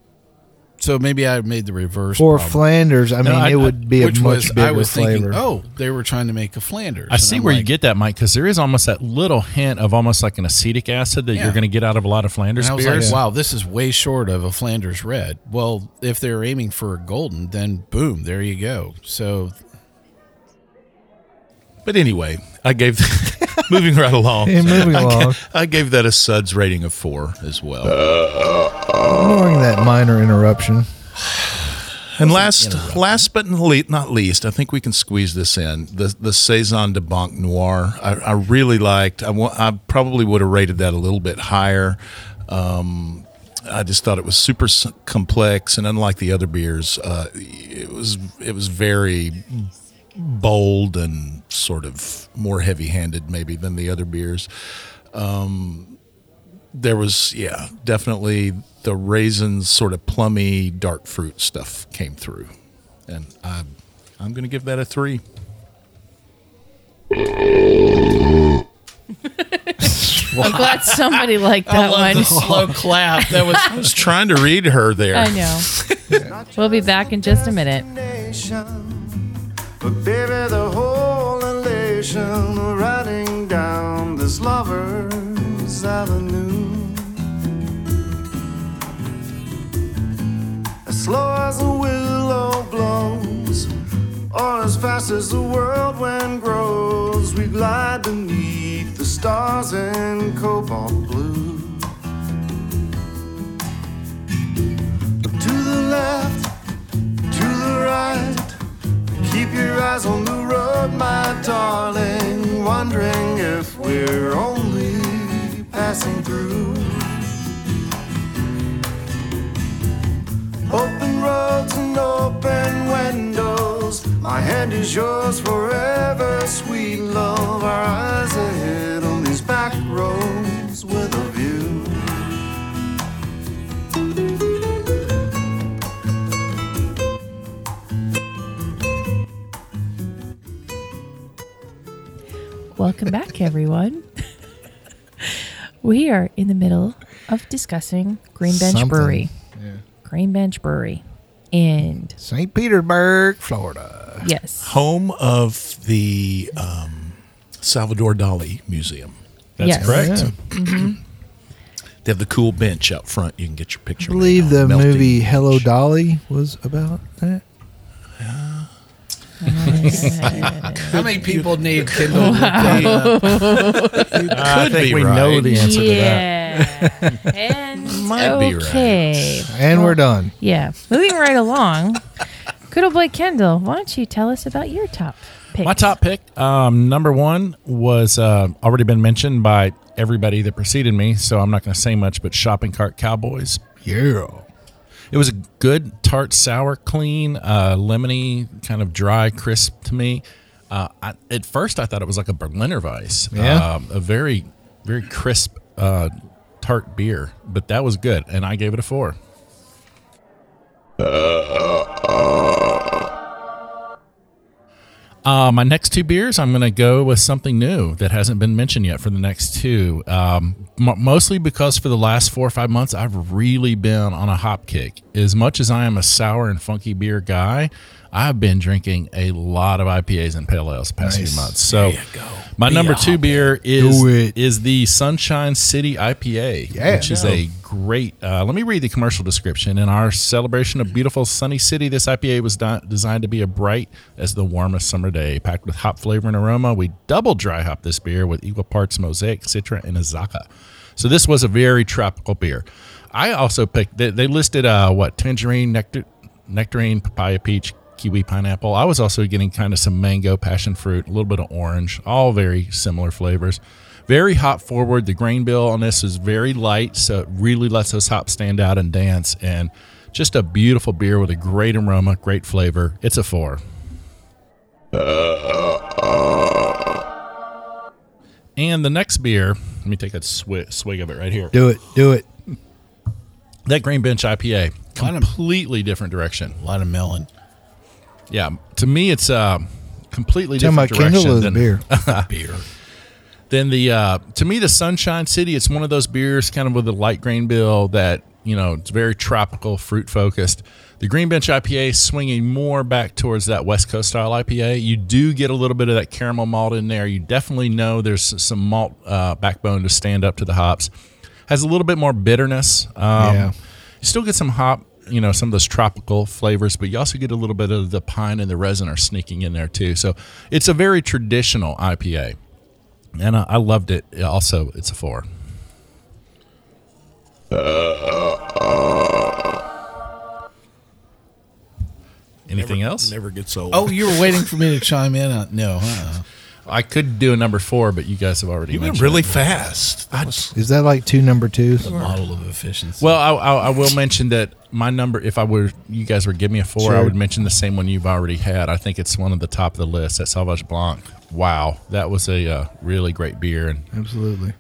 [SPEAKER 3] so maybe I made the reverse.
[SPEAKER 6] For
[SPEAKER 3] problem.
[SPEAKER 6] Flanders, I mean,
[SPEAKER 3] No, I-
[SPEAKER 6] it would be a
[SPEAKER 3] which
[SPEAKER 6] much
[SPEAKER 3] was,
[SPEAKER 6] bigger
[SPEAKER 3] I was
[SPEAKER 6] flavor.
[SPEAKER 3] thinking, oh, they were trying to make a Flanders.
[SPEAKER 4] I
[SPEAKER 3] And
[SPEAKER 4] see
[SPEAKER 3] I'm
[SPEAKER 4] where you
[SPEAKER 3] like-
[SPEAKER 4] get that, Mike, because there is almost that little hint of almost like an acetic acid that
[SPEAKER 3] Yeah.
[SPEAKER 4] you're going to get out of a lot of Flanders
[SPEAKER 3] And I was
[SPEAKER 4] beers.
[SPEAKER 3] like, wow, this is way short of a Flanders red. Well, if they're aiming for a golden, then boom, there you go. So
[SPEAKER 5] But anyway, I gave moving right along.
[SPEAKER 6] Yeah, moving
[SPEAKER 5] I ga-
[SPEAKER 6] along.
[SPEAKER 5] I gave that a suds rating of four as well.
[SPEAKER 6] Ignoring that minor interruption.
[SPEAKER 5] And last, last but not le- not least, I think we can squeeze this in the the saison de Banque Noir. I, I really liked. I wa- I probably would have rated that a little bit higher. Um, I just thought it was super s- complex and unlike the other beers, uh, it was it was very bold and sort of more heavy handed maybe than the other beers there was yeah definitely the raisins sort of plummy dark fruit stuff came through and i i'm gonna give that a three
[SPEAKER 2] I'm glad somebody liked that one.
[SPEAKER 3] slow clap. That was
[SPEAKER 5] i was trying to read her there
[SPEAKER 2] I know. we'll be back in just a minute.
[SPEAKER 8] destination. But baby, the whole elation of riding down this lover's avenue. As slow as a willow blows, or as fast as the world wind grows, we glide beneath the stars in cobalt blue. To the left, to the right. Keep your eyes on the road, my darling. Wondering if we're only passing through. Open roads and open windows. My hand is yours forever, sweet love. Our eyes ahead on these back roads with a view.
[SPEAKER 2] Welcome back, everyone. we are in the middle of discussing Green Bench
[SPEAKER 6] Something.
[SPEAKER 2] Brewery. Green Bench Brewery. And
[SPEAKER 6] St. Petersburg, Florida.
[SPEAKER 2] yes.
[SPEAKER 5] home of the um, salvador dali museum
[SPEAKER 4] That's
[SPEAKER 2] yes.
[SPEAKER 4] correct.
[SPEAKER 6] Yeah.
[SPEAKER 5] they have the cool bench out front you can get your
[SPEAKER 6] I
[SPEAKER 5] picture
[SPEAKER 6] believe
[SPEAKER 5] made
[SPEAKER 6] the
[SPEAKER 5] on Melty.
[SPEAKER 6] movie Hello Dolly was about that.
[SPEAKER 3] how many people need Kindle? Wow.
[SPEAKER 5] could be
[SPEAKER 4] we
[SPEAKER 5] right.
[SPEAKER 4] know the answer to that.
[SPEAKER 2] yeah. and
[SPEAKER 5] Might be right.
[SPEAKER 2] okay.
[SPEAKER 6] And we're done.
[SPEAKER 2] Yeah. Moving right along. Good old boy Kendall, why don't you tell us about your top pick?
[SPEAKER 4] My top pick, um, number one, was uh, already been mentioned by everybody that preceded me, so I'm not going to say much. But shopping cart cowboys.
[SPEAKER 6] Yeah.
[SPEAKER 4] It was a good tart, sour, clean, uh, lemony, kind of dry, crisp to me. Uh, I, at first, I thought it was like a Berliner Weiss,
[SPEAKER 6] Yeah.
[SPEAKER 4] um, a very, very crisp uh, tart beer. But that was good, and I gave it a four. Uh, my next two beers, I'm going to go with something new that hasn't been mentioned yet for the next two. Um, m- mostly because for the last four or five months, I've really been on a hop kick. As much as I am a sour and funky beer guy, I've been drinking a lot of IPAs and pale ales the past few months. So, my number two beer is
[SPEAKER 6] Do it.
[SPEAKER 4] is the Sunshine City IPA,
[SPEAKER 6] Yeah.
[SPEAKER 4] which is a great. Uh, let me read the commercial description. In our celebration of beautiful sunny city, this IPA was di- designed to be as bright as the warmest summer day, packed with hop flavor and aroma. We double dry hop this beer with equal parts mosaic, citra, and azaka. So this was a very tropical beer. I also picked. They, they listed uh, what tangerine, nectar, nectarine, papaya, peach, kiwi, pineapple. I was also getting kind of some mango, passion fruit, a little bit of orange, all very similar flavors. Very hop forward. The grain bill on this is very light, so it really lets those hops stand out and dance. And just a beautiful beer with a great aroma, great flavor. It's a four. And the next beer, let me take a swi- swig of it right here.
[SPEAKER 6] Do it. Do it.
[SPEAKER 4] That Green Bench IPA, completely different direction.
[SPEAKER 3] A lot of melon.
[SPEAKER 4] Yeah, to me, it's uh, completely
[SPEAKER 6] Tell my
[SPEAKER 4] different direction
[SPEAKER 6] Kindle or the
[SPEAKER 4] than-
[SPEAKER 6] beer.
[SPEAKER 3] Beer.
[SPEAKER 4] Then the uh, to me the Sunshine City. It's one of those beers, kind of with a light grain bill that you know it's very tropical, fruit focused. The Green Bench IPA is swinging more back towards that West Coast style IPA. You do get a little bit of that caramel malt in there. You definitely know there's some malt uh, backbone to stand up to the hops. Has a little bit more bitterness. Um,
[SPEAKER 6] Yeah.
[SPEAKER 4] You still get some hop, you know, some of those tropical flavors, but you also get a little bit of the pine and the resin are sneaking in there too. So it's a very traditional IPA and I, I loved it. Also, it's a four. Anything else?
[SPEAKER 5] Never gets old.
[SPEAKER 3] Oh, you were waiting for me to chime in? Uh, no. Uh,
[SPEAKER 4] I could do a number four, but you guys have already.
[SPEAKER 5] you went
[SPEAKER 4] mentioned
[SPEAKER 5] really
[SPEAKER 4] it.
[SPEAKER 5] fast. That was-
[SPEAKER 6] Is that like two number twos?
[SPEAKER 3] model of efficiency.
[SPEAKER 4] Well, I, I, I will mention that my number. If I were you guys were giving me a four, I
[SPEAKER 6] Sure.
[SPEAKER 4] would mention the same one you've already had. I think it's one of the top of the list. That Sauvage Blanc. Wow, that was a uh, really great beer, and
[SPEAKER 6] Absolutely.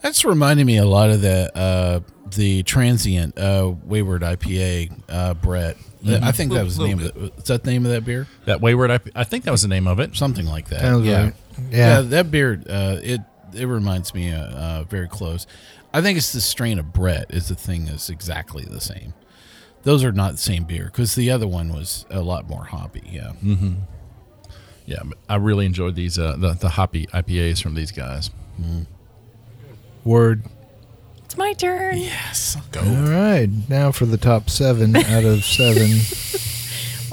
[SPEAKER 3] That's reminding me a lot of the uh, the transient uh, wayward IPA, uh, Brett. I think that was the name of the, is that the name of that beer?
[SPEAKER 4] Mm-hmm. that Wayward. I, I think that was the name of it.
[SPEAKER 3] Something like that.
[SPEAKER 6] Sounds
[SPEAKER 3] yeah.
[SPEAKER 6] right.
[SPEAKER 3] yeah,
[SPEAKER 6] Yeah.
[SPEAKER 3] That beer, uh, it it reminds me uh, uh, very close. I think it's the strain of Brett is the thing that's exactly the same. Those are not the same beer because the other one was a lot more hoppy. Yeah,
[SPEAKER 4] Yeah, but I really enjoyed these uh, the the hoppy IPAs from these guys.
[SPEAKER 3] Mm.
[SPEAKER 6] Word.
[SPEAKER 2] It's my turn.
[SPEAKER 6] All right. Now for the top seven out of seven.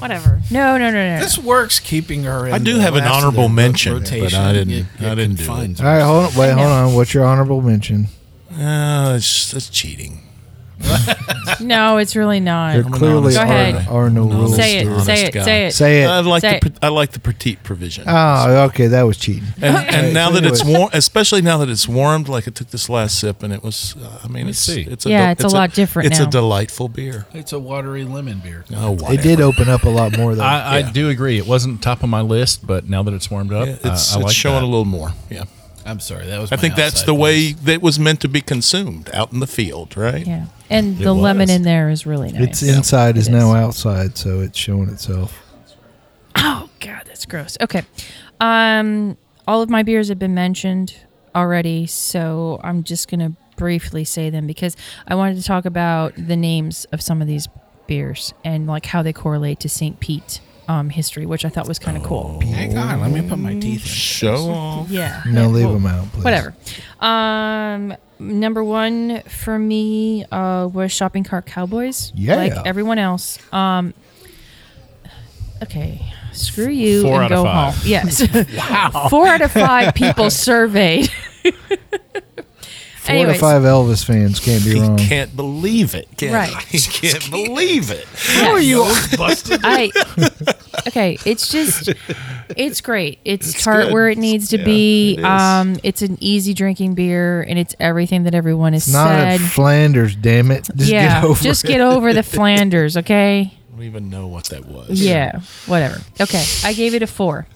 [SPEAKER 2] Whatever. No, no, no, no.
[SPEAKER 3] this works keepting her. in
[SPEAKER 5] I do
[SPEAKER 3] the
[SPEAKER 5] have an
[SPEAKER 3] last of
[SPEAKER 5] honorable
[SPEAKER 3] the ro-
[SPEAKER 5] mention, but I didn't-
[SPEAKER 3] It-
[SPEAKER 5] I
[SPEAKER 3] it
[SPEAKER 5] didn't do
[SPEAKER 3] confines
[SPEAKER 6] All right.
[SPEAKER 3] us.
[SPEAKER 6] Hold on. Wait. Hold on. What's your honorable mention?
[SPEAKER 5] Uh, that's, that's cheating.
[SPEAKER 2] no. no, it's really
[SPEAKER 6] There
[SPEAKER 2] not.
[SPEAKER 6] clearly
[SPEAKER 5] honest
[SPEAKER 6] are,
[SPEAKER 2] guy.
[SPEAKER 6] are no rules.
[SPEAKER 2] Say it. Say it.
[SPEAKER 5] guy.
[SPEAKER 2] Say it. Uh,
[SPEAKER 6] Say
[SPEAKER 5] I
[SPEAKER 6] it.
[SPEAKER 5] like
[SPEAKER 2] Say
[SPEAKER 5] the I like the petite provision.
[SPEAKER 6] Oh, okay. That was cheating.
[SPEAKER 5] and, and now that it's
[SPEAKER 6] Anyway.
[SPEAKER 5] warm, especially now that it's warmed, like I took this last sip, and it was. Uh, I mean, it's
[SPEAKER 4] see.
[SPEAKER 5] it's
[SPEAKER 2] Yeah, it's a lot different
[SPEAKER 5] It's
[SPEAKER 2] now.
[SPEAKER 5] a delightful beer.
[SPEAKER 3] It's a watery lemon beer.
[SPEAKER 5] Oh,
[SPEAKER 6] They
[SPEAKER 5] whatever.
[SPEAKER 6] did open up a lot more though.
[SPEAKER 4] I, I do agree. It wasn't top of my list, but now that it's warmed up,
[SPEAKER 5] Yeah, it's,
[SPEAKER 4] Uh, I, I
[SPEAKER 5] it's
[SPEAKER 4] like
[SPEAKER 5] showing
[SPEAKER 4] that.
[SPEAKER 5] a little more. Yeah,
[SPEAKER 3] I'm sorry. That was.
[SPEAKER 5] I
[SPEAKER 3] my
[SPEAKER 5] think that's
[SPEAKER 3] outside
[SPEAKER 5] the way
[SPEAKER 3] voice.
[SPEAKER 5] that was meant to be consumed out in the field, right?
[SPEAKER 2] Yeah. And the lemon in there is really nice.
[SPEAKER 6] It's inside is
[SPEAKER 2] It
[SPEAKER 6] now outside, so it's showing itself.
[SPEAKER 2] Oh god, that's gross. Okay. Um all of my beers have been mentioned already, so I'm just going to briefly say them because I wanted to talk about the names of some of these beers and like how they correlate to St. Pete um, history, which I thought was kind of cool.
[SPEAKER 3] Hang on. Let me put my teeth
[SPEAKER 5] Show off.
[SPEAKER 2] Yeah.
[SPEAKER 6] No,
[SPEAKER 2] Yeah,
[SPEAKER 6] leave
[SPEAKER 2] cool.
[SPEAKER 6] them out, please.
[SPEAKER 2] Whatever. Um, number one for me uh, was Shopping Cart Cowboys.
[SPEAKER 6] Yeah.
[SPEAKER 2] Like everyone else. Um, okay. Screw you
[SPEAKER 4] Four
[SPEAKER 2] and
[SPEAKER 4] out
[SPEAKER 2] go
[SPEAKER 4] of five.
[SPEAKER 2] home. Yes. wow. Four out of five people surveyed.
[SPEAKER 6] Four to five Elvis fans can't be wrong.
[SPEAKER 5] Can't believe it. Can
[SPEAKER 2] Right.
[SPEAKER 5] I? He can't believe it.
[SPEAKER 2] How are you?
[SPEAKER 5] Busted.
[SPEAKER 2] I okay. It's just it's great. It's, tart where it needs to be.
[SPEAKER 5] it is.
[SPEAKER 2] um, it's an easy drinking beer, and it's everything that everyone has
[SPEAKER 6] Not
[SPEAKER 2] said.
[SPEAKER 6] at Flanders, damn it. Just
[SPEAKER 2] yeah,
[SPEAKER 6] get over
[SPEAKER 2] just
[SPEAKER 6] it.
[SPEAKER 2] get over the Flanders, okay?
[SPEAKER 5] I don't even know what that was.
[SPEAKER 2] Yeah, whatever. Okay, I gave it a four.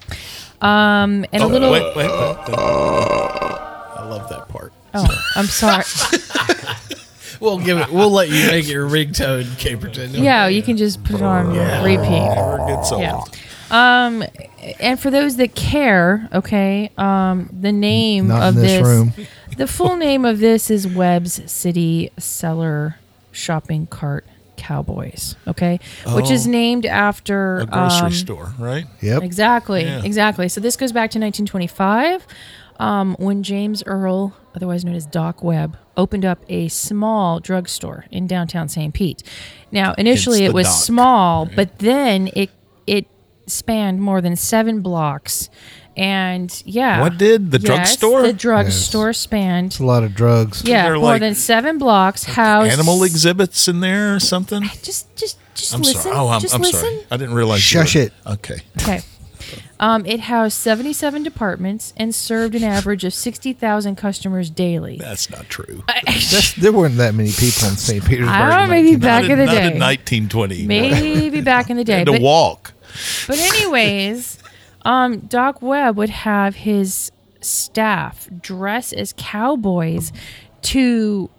[SPEAKER 2] Um, and a little.
[SPEAKER 5] Wait, wait, wait. I love that part.
[SPEAKER 2] Oh, I'm sorry.
[SPEAKER 3] in. We'll give it. We'll let you make your ringtone, Caperton.
[SPEAKER 2] yeah, you can just put it on repeat.
[SPEAKER 3] Oh,
[SPEAKER 5] Never gets old.
[SPEAKER 2] Yeah. Um, and for those that care, okay, um, the name
[SPEAKER 6] Not in
[SPEAKER 2] of
[SPEAKER 6] this room.
[SPEAKER 2] the full name of this is Webb's City Cellar Shopping Cart Cowboys, okay, which
[SPEAKER 3] Oh.
[SPEAKER 2] is named after
[SPEAKER 5] A grocery
[SPEAKER 2] um,
[SPEAKER 5] store, right?
[SPEAKER 6] Yep.
[SPEAKER 2] Exactly,
[SPEAKER 5] Yeah.
[SPEAKER 2] exactly. So this goes back to 1925 um, when James Earl, otherwise known as Doc Webb, opened up a small drugstore in downtown St. Pete. Now, initially
[SPEAKER 5] Hence
[SPEAKER 2] it
[SPEAKER 5] the
[SPEAKER 2] was
[SPEAKER 5] doc,
[SPEAKER 2] small, but then it it spanned more than seven blocks. And yeah,
[SPEAKER 5] What did? The
[SPEAKER 2] Yes,
[SPEAKER 5] drugstore?
[SPEAKER 2] The drugstore spanned.
[SPEAKER 6] It's a lot of drugs.
[SPEAKER 2] Yeah,
[SPEAKER 5] They're
[SPEAKER 2] more
[SPEAKER 5] like
[SPEAKER 2] than seven blocks. House
[SPEAKER 5] Animal exhibits in there or something?
[SPEAKER 2] Just, just, just
[SPEAKER 5] I'm
[SPEAKER 2] listen.
[SPEAKER 5] sorry. Oh, I'm,
[SPEAKER 2] just
[SPEAKER 5] I'm
[SPEAKER 2] listen.
[SPEAKER 5] sorry. I didn't realize. you
[SPEAKER 6] Shush
[SPEAKER 5] were-
[SPEAKER 6] it.
[SPEAKER 5] Okay.
[SPEAKER 2] Okay. Um, it housed 77 departments and served an average of 60,000 customers daily.
[SPEAKER 5] That's not true.
[SPEAKER 6] That's, there weren't that many people in St. Petersburg.
[SPEAKER 2] I don't know,
[SPEAKER 6] in
[SPEAKER 2] maybe
[SPEAKER 6] 1990.
[SPEAKER 2] back
[SPEAKER 5] not
[SPEAKER 2] in the
[SPEAKER 5] not
[SPEAKER 2] day.
[SPEAKER 5] in 1920.
[SPEAKER 2] Maybe back in the day.
[SPEAKER 5] And to
[SPEAKER 2] but-
[SPEAKER 5] walk.
[SPEAKER 2] But anyways, um, Doc Webb would have his staff dress as cowboys to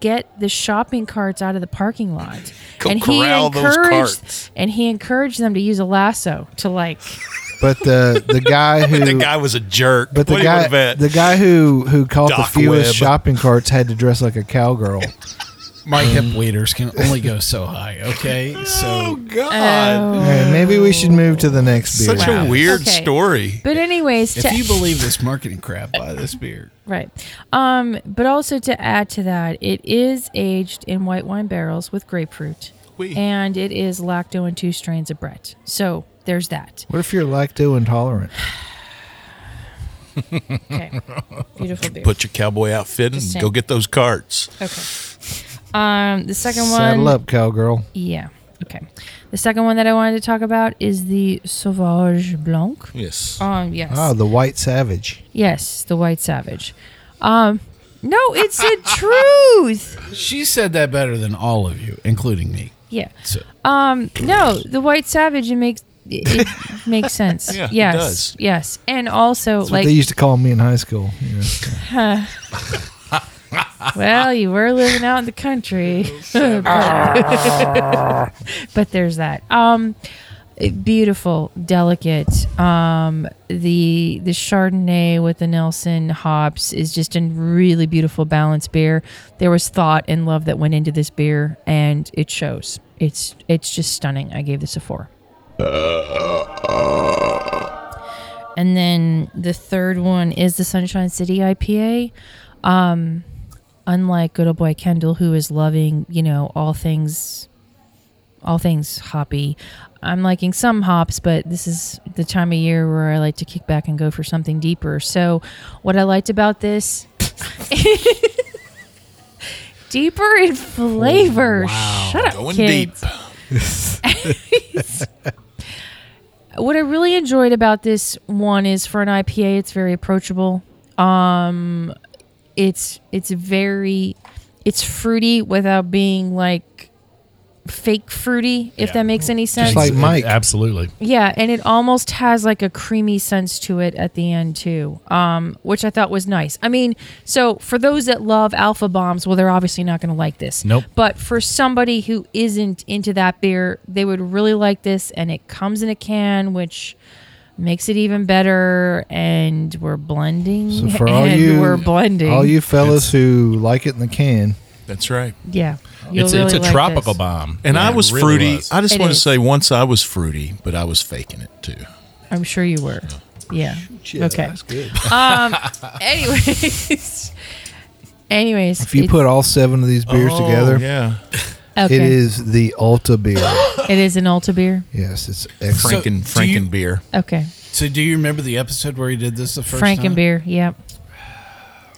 [SPEAKER 2] get the shopping carts out of the parking lot,
[SPEAKER 5] Go corral those carts.
[SPEAKER 2] and he encouraged them to use a lasso to like.
[SPEAKER 6] But the the guy who
[SPEAKER 5] The guy was a jerk.
[SPEAKER 6] but the
[SPEAKER 5] What do you
[SPEAKER 6] guy
[SPEAKER 5] wanna bet?
[SPEAKER 6] the guy who who caught
[SPEAKER 5] Doc
[SPEAKER 6] the fewest
[SPEAKER 5] Webb.
[SPEAKER 6] shopping carts had to dress like a cowgirl.
[SPEAKER 3] My hip waders can only go so high. Okay,
[SPEAKER 6] Oh,
[SPEAKER 3] so
[SPEAKER 5] Oh, God,
[SPEAKER 6] All right, maybe we should move to the next beer.
[SPEAKER 5] such a weird
[SPEAKER 2] Oh, Okay.
[SPEAKER 5] story.
[SPEAKER 2] But anyways, to
[SPEAKER 3] if you believe this marketing crap, buy this beer.
[SPEAKER 2] Right. Um, but also to add to that, it is aged in white wine barrels with grapefruit.
[SPEAKER 5] Oui.
[SPEAKER 2] And it is lacto and two strains of Brett. So there's that.
[SPEAKER 6] what if you're lacto intolerant?
[SPEAKER 2] Okay. Beautiful beer.
[SPEAKER 5] Put your cowboy outfit and
[SPEAKER 2] Just
[SPEAKER 5] go
[SPEAKER 2] saying.
[SPEAKER 5] get those carts.
[SPEAKER 2] Okay. Um, the second
[SPEAKER 6] Saddle
[SPEAKER 2] one.
[SPEAKER 6] up, cowgirl.
[SPEAKER 2] Yeah. Okay. The second one that I wanted to talk about is the Sauvage Blanc.
[SPEAKER 5] Yes.
[SPEAKER 2] Um, yes.
[SPEAKER 6] Oh, the white savage.
[SPEAKER 2] Yes, the White Savage. Um, no, it's the truth.
[SPEAKER 3] She said that better than all of you, including me.
[SPEAKER 2] Yeah.
[SPEAKER 3] So
[SPEAKER 2] Um, no, the White Savage. It makes it it makes sense.
[SPEAKER 5] Yeah, it
[SPEAKER 2] yes,
[SPEAKER 5] does.
[SPEAKER 2] yes, and also
[SPEAKER 6] What
[SPEAKER 2] like,
[SPEAKER 6] they used to call me in high school. Yeah.
[SPEAKER 2] well, you were living out in the country, but there's that. Um, beautiful, delicate. Um, the the Chardonnay with the Nelson hops is just a really beautiful balanced beer. There was thought and love that went into this beer, and it shows. It's it's just stunning. I gave this a four. And then the third one is the Sunshine City IPA. Um, unlike good old boy Kendall, who is loving, you know, all things, all things hoppy. I'm liking some hops, but this is the time of year where I like to kick back and go for something deeper. So, what I liked about this, deeper in flavor. Shut up,
[SPEAKER 5] Going
[SPEAKER 2] kids.
[SPEAKER 5] deep.
[SPEAKER 2] what I really enjoyed about this one is for an IPA, it's very approachable. Um, it's it's very it's fruity without being like fake fruity, if
[SPEAKER 4] Yeah.
[SPEAKER 2] that makes any sense.
[SPEAKER 6] Just like Mike.
[SPEAKER 4] Absolutely.
[SPEAKER 2] yeah, and it almost has like a creamy sense to it at the end too, um, which I thought was nice. I mean, so for those that love alpha bombs, well, they're obviously not going to like this.
[SPEAKER 4] Nope.
[SPEAKER 2] But for somebody who isn't into that beer, they would really like this, and it comes in a can, which makes it even better. And we're blending,
[SPEAKER 6] So for
[SPEAKER 2] and
[SPEAKER 6] all you
[SPEAKER 2] we're blending.
[SPEAKER 6] all you fellas who like it in the can,
[SPEAKER 5] That's right.
[SPEAKER 2] yeah, you'll
[SPEAKER 4] It's, it's
[SPEAKER 2] really
[SPEAKER 4] a
[SPEAKER 2] like
[SPEAKER 4] tropical
[SPEAKER 2] this.
[SPEAKER 4] bomb.
[SPEAKER 5] And I
[SPEAKER 4] it
[SPEAKER 5] was
[SPEAKER 4] really
[SPEAKER 5] fruity.
[SPEAKER 4] was.
[SPEAKER 5] I just
[SPEAKER 2] It
[SPEAKER 5] want
[SPEAKER 2] is.
[SPEAKER 5] to say, once I was fruity, but I was faking it too.
[SPEAKER 2] I'm sure you were. Yeah. okay.
[SPEAKER 5] good.
[SPEAKER 2] Anyways. Anyways,
[SPEAKER 6] if you
[SPEAKER 2] it's-
[SPEAKER 6] put all seven of these beers together,
[SPEAKER 5] Oh, Yeah.
[SPEAKER 2] okay.
[SPEAKER 6] it is the Ulta beer.
[SPEAKER 2] It is an Ulta beer.
[SPEAKER 6] yes, it's excellent.
[SPEAKER 5] Franken,
[SPEAKER 3] So, do you-
[SPEAKER 5] Frankenbeer.
[SPEAKER 2] Okay.
[SPEAKER 3] so do you remember the episode where he did this the first time?
[SPEAKER 2] Frankenbeer. Yep.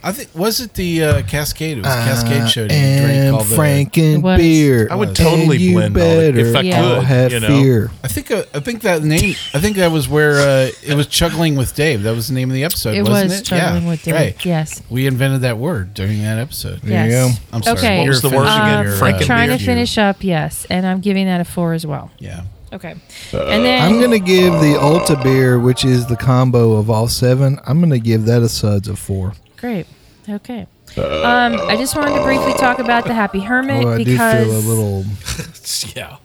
[SPEAKER 3] I think was it the uh, Cascade? It was
[SPEAKER 2] Uh,
[SPEAKER 3] Cascade show. that he drank uh,
[SPEAKER 6] and
[SPEAKER 3] all the-
[SPEAKER 2] It
[SPEAKER 6] Franken
[SPEAKER 2] was.
[SPEAKER 6] beer.
[SPEAKER 5] I would
[SPEAKER 6] And
[SPEAKER 5] totally
[SPEAKER 6] you
[SPEAKER 5] blend all that if I
[SPEAKER 6] better
[SPEAKER 2] Yeah.
[SPEAKER 6] all
[SPEAKER 5] could.
[SPEAKER 6] Have
[SPEAKER 5] you know?
[SPEAKER 6] fear.
[SPEAKER 3] I think uh, I think that name. I think that was where uh, it was chuggling with Dave. That was the name of the episode.
[SPEAKER 2] It
[SPEAKER 3] wasn't
[SPEAKER 2] was
[SPEAKER 3] it?
[SPEAKER 2] Chuggling
[SPEAKER 3] Yeah,
[SPEAKER 2] with Dave.
[SPEAKER 3] Right.
[SPEAKER 2] Yes.
[SPEAKER 3] We invented that word during that episode.
[SPEAKER 6] There you
[SPEAKER 2] Yes.
[SPEAKER 6] go.
[SPEAKER 3] I'm sorry.
[SPEAKER 2] Okay. What was
[SPEAKER 3] You're
[SPEAKER 5] the word
[SPEAKER 3] finishing
[SPEAKER 5] again?
[SPEAKER 3] your, uh,
[SPEAKER 2] I'm
[SPEAKER 5] Franken-
[SPEAKER 2] trying to
[SPEAKER 5] beer.
[SPEAKER 2] finish up. Yes, and I'm giving that a four as well.
[SPEAKER 3] yeah.
[SPEAKER 2] Okay. and then
[SPEAKER 6] I'm gonna give the Ulta beer, which is the combo of all seven. I'm gonna give that a suds of four.
[SPEAKER 2] great. Okay. Um, I just wanted to briefly talk about the Happy Hermit
[SPEAKER 6] Although Oh, I do
[SPEAKER 2] because
[SPEAKER 6] feel a little,
[SPEAKER 5] Yeah.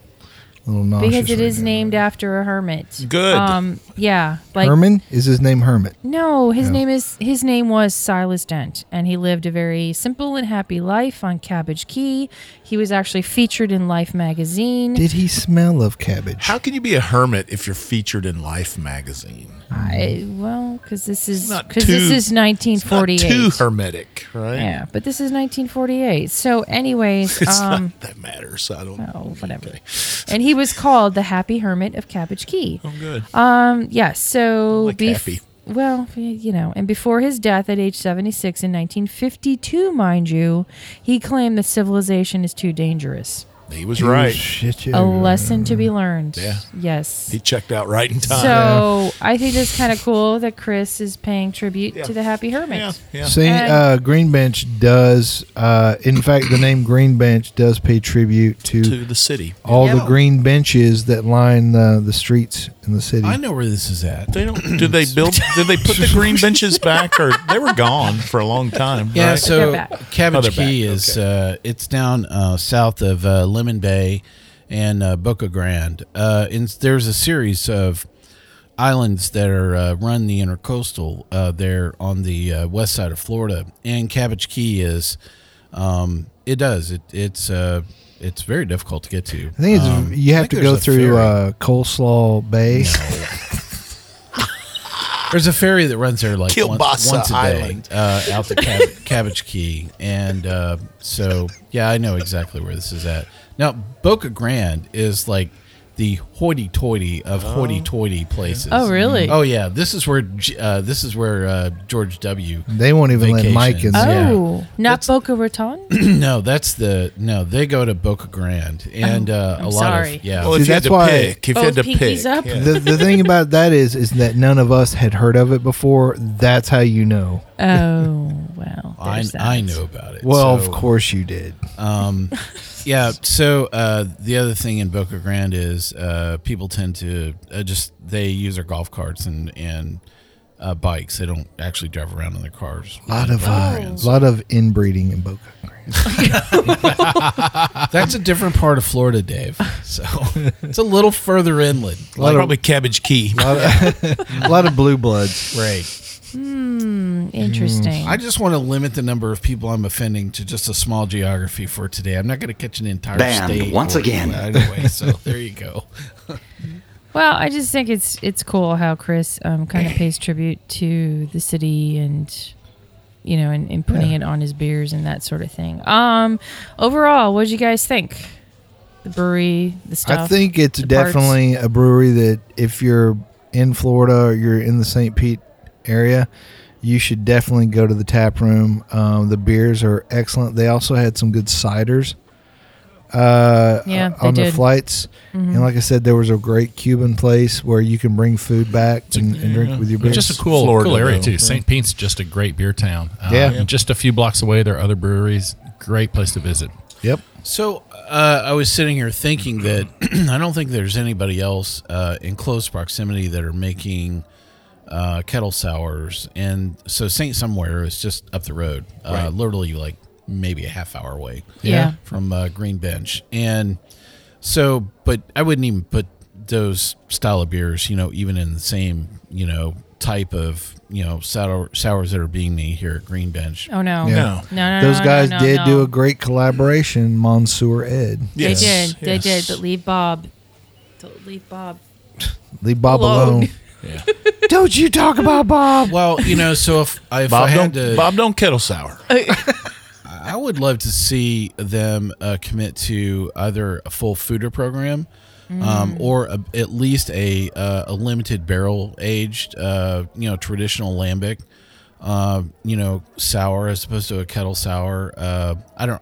[SPEAKER 6] little
[SPEAKER 5] Oh,
[SPEAKER 6] nauseous.
[SPEAKER 2] because it
[SPEAKER 6] right
[SPEAKER 2] is
[SPEAKER 6] now.
[SPEAKER 2] named after a hermit.
[SPEAKER 5] Good.
[SPEAKER 2] Um, yeah. Like
[SPEAKER 6] Herman is his name. Hermit.
[SPEAKER 2] No, his name is his name was Silas Dent, and he lived a very simple and happy life on Cabbage Key. He was actually featured in Life magazine.
[SPEAKER 6] Did he smell of cabbage?
[SPEAKER 5] How can you be a hermit if you're featured in Life magazine?
[SPEAKER 2] I, well, because this is
[SPEAKER 5] Not
[SPEAKER 2] because this
[SPEAKER 5] too-
[SPEAKER 2] is
[SPEAKER 5] Not
[SPEAKER 2] 1948.
[SPEAKER 5] too hermetic, right?
[SPEAKER 2] yeah, but this is 1948. So, anyways,
[SPEAKER 5] It's
[SPEAKER 2] um,
[SPEAKER 5] not that matters. I don't.
[SPEAKER 2] oh, whatever.
[SPEAKER 5] Okay.
[SPEAKER 2] and he was called the Happy Hermit of Cabbage Key.
[SPEAKER 5] I'm Oh, good.
[SPEAKER 2] Um, yeah, so
[SPEAKER 5] Like
[SPEAKER 2] bef-
[SPEAKER 5] happy.
[SPEAKER 2] Well, y- you know, and before his death at age 76 in 1952, mind you, he claimed that civilization is too dangerous.
[SPEAKER 5] He was right.
[SPEAKER 6] Shit,
[SPEAKER 2] A
[SPEAKER 6] yeah.
[SPEAKER 2] lesson to be learned.
[SPEAKER 5] Mm. Yeah.
[SPEAKER 2] Yes.
[SPEAKER 5] He checked out right in time.
[SPEAKER 2] So I think it's kind of cool that Chris is paying tribute to the Happy Hermit.
[SPEAKER 5] yeah, yeah.
[SPEAKER 6] See,
[SPEAKER 2] And-
[SPEAKER 6] uh, Green Bench does. Uh, in fact, the name Green Bench does pay tribute to,
[SPEAKER 5] To the city.
[SPEAKER 6] all
[SPEAKER 2] Yeah.
[SPEAKER 6] the green benches that line uh, the, the streets in the city.
[SPEAKER 3] I know where this is at.
[SPEAKER 5] They don't. Do they build? Did they put the green benches back, or they were gone for a long time?
[SPEAKER 3] Yeah,
[SPEAKER 5] right?
[SPEAKER 3] so
[SPEAKER 2] They're back.
[SPEAKER 5] Oh,
[SPEAKER 3] Cabbage
[SPEAKER 5] they're
[SPEAKER 3] Key
[SPEAKER 5] back,
[SPEAKER 3] is uh, it's down uh, south of uh, Lemon Bay and uh, Boca Grande. Uh, and there's a series of islands that are uh, run the intercoastal uh, there on the uh, west side of Florida, and Cabbage Key is um, it does it it's uh, it's very difficult to get to.
[SPEAKER 6] I think it's,
[SPEAKER 3] Um,
[SPEAKER 6] you
[SPEAKER 3] I
[SPEAKER 6] have
[SPEAKER 3] think there's
[SPEAKER 6] to go
[SPEAKER 3] a
[SPEAKER 6] through
[SPEAKER 3] ferry.
[SPEAKER 6] uh, Coleslaw Bay.
[SPEAKER 3] There's a ferry that runs there like once,
[SPEAKER 5] Kielbasa
[SPEAKER 3] once a day
[SPEAKER 5] Island.
[SPEAKER 3] uh, out the cab- Cabbage Key, and uh, so yeah, I know exactly where this is at. Now Boca Grande is like the hoity-toity of
[SPEAKER 5] Oh.
[SPEAKER 3] hoity-toity places.
[SPEAKER 2] Oh, really?
[SPEAKER 3] Oh yeah, this is where G- uh, this is where uh, George W.
[SPEAKER 6] They won't even
[SPEAKER 3] Vacation.
[SPEAKER 6] let Mike in there.
[SPEAKER 2] Oh, not Boca Raton?
[SPEAKER 3] no, that's the no. They go to Boca Grande, and uh,
[SPEAKER 2] Oh, I'm
[SPEAKER 3] a lot
[SPEAKER 2] sorry.
[SPEAKER 3] of yeah.
[SPEAKER 5] Well,
[SPEAKER 6] See,
[SPEAKER 5] if you had
[SPEAKER 6] that's
[SPEAKER 5] to
[SPEAKER 6] why-
[SPEAKER 5] pick, if you had to
[SPEAKER 2] Both pinkies
[SPEAKER 5] pick,
[SPEAKER 2] up?
[SPEAKER 5] yeah.
[SPEAKER 6] The, the thing about that is, is that none of us had heard of it before. That's how you know.
[SPEAKER 2] Oh, well.
[SPEAKER 3] I,
[SPEAKER 2] there's that.
[SPEAKER 3] I know about it.
[SPEAKER 6] Well,
[SPEAKER 3] so-
[SPEAKER 6] of course you did.
[SPEAKER 3] Yeah. So uh, the other thing in Boca Grande is uh, people tend to uh, just they use their golf carts and and uh, bikes. They don't actually drive around in their cars.
[SPEAKER 6] A lot of, uh, lot of inbreeding in Boca. Grande.
[SPEAKER 3] That's a different part of Florida, Dave. So it's a little further inland.
[SPEAKER 5] Well, probably Cabbage Key.
[SPEAKER 6] A lot of blue bloods.
[SPEAKER 3] Right.
[SPEAKER 2] Interesting.
[SPEAKER 3] I just want to limit the number of people I'm offending to just a small geography for today. I'm not going to catch an entire
[SPEAKER 1] Banned
[SPEAKER 3] state
[SPEAKER 1] once again.
[SPEAKER 3] Anyway, so there you go.
[SPEAKER 2] well, I just think it's it's cool how Chris um, kind of pays tribute to the city and you know, and, and putting it on his beers and that sort of thing. Um, overall, what did you guys think? The brewery, the stuff.
[SPEAKER 6] I think it's
[SPEAKER 2] the parts.
[SPEAKER 6] definitely a brewery that if you're in Florida or you're in the St. Pete area, you should definitely go to the tap room. Um, the beers are excellent. They also had some good ciders. Uh,
[SPEAKER 2] Yeah,
[SPEAKER 6] on
[SPEAKER 2] they
[SPEAKER 6] the
[SPEAKER 2] did. Mm-hmm.
[SPEAKER 6] flights, and like I said, there was a great Cuban place where you can bring food back and, and drink with your
[SPEAKER 4] But
[SPEAKER 6] beers.
[SPEAKER 4] just a cool,
[SPEAKER 5] Florida,
[SPEAKER 4] cool area
[SPEAKER 5] though.
[SPEAKER 4] too. St. Pete's just a great beer town. Uh,
[SPEAKER 6] Yeah.
[SPEAKER 4] and just a few blocks away, there are other breweries. Great place to visit.
[SPEAKER 6] yep.
[SPEAKER 3] So uh, I was sitting here thinking that I don't think there's anybody else uh, in close proximity that are making uh, kettle sours, and so Saint Somewhere is just up the road, uh, literally like maybe a half hour away
[SPEAKER 2] Yeah.
[SPEAKER 3] from uh, Green Bench, and so but I wouldn't even put those style of beers, you know, even in the same you know type of you know sour sours that are being made here at Green Bench.
[SPEAKER 2] Oh no.
[SPEAKER 6] Yeah.
[SPEAKER 5] No.
[SPEAKER 2] No, no,
[SPEAKER 6] Those
[SPEAKER 2] no,
[SPEAKER 6] guys
[SPEAKER 2] no, no,
[SPEAKER 6] did
[SPEAKER 2] no.
[SPEAKER 6] do a great collaboration, Monsieur Ed.
[SPEAKER 2] They
[SPEAKER 5] Yes,
[SPEAKER 2] did. They did.
[SPEAKER 5] yes.
[SPEAKER 2] But leave Bob. Don't Leave Bob.
[SPEAKER 6] Leave Bob
[SPEAKER 2] Alone.
[SPEAKER 6] alone. Don't you talk about Bob?
[SPEAKER 3] Well, you know, so if I, if I
[SPEAKER 5] Bob
[SPEAKER 3] had
[SPEAKER 5] don't,
[SPEAKER 3] to,
[SPEAKER 5] Bob don't kettle sour.
[SPEAKER 3] I would love to see them uh, commit to either a full fooder program um, or a, at least a uh, a limited barrel aged, uh, you know, traditional lambic, uh, you know, sour as opposed to a kettle sour. Uh, I don't.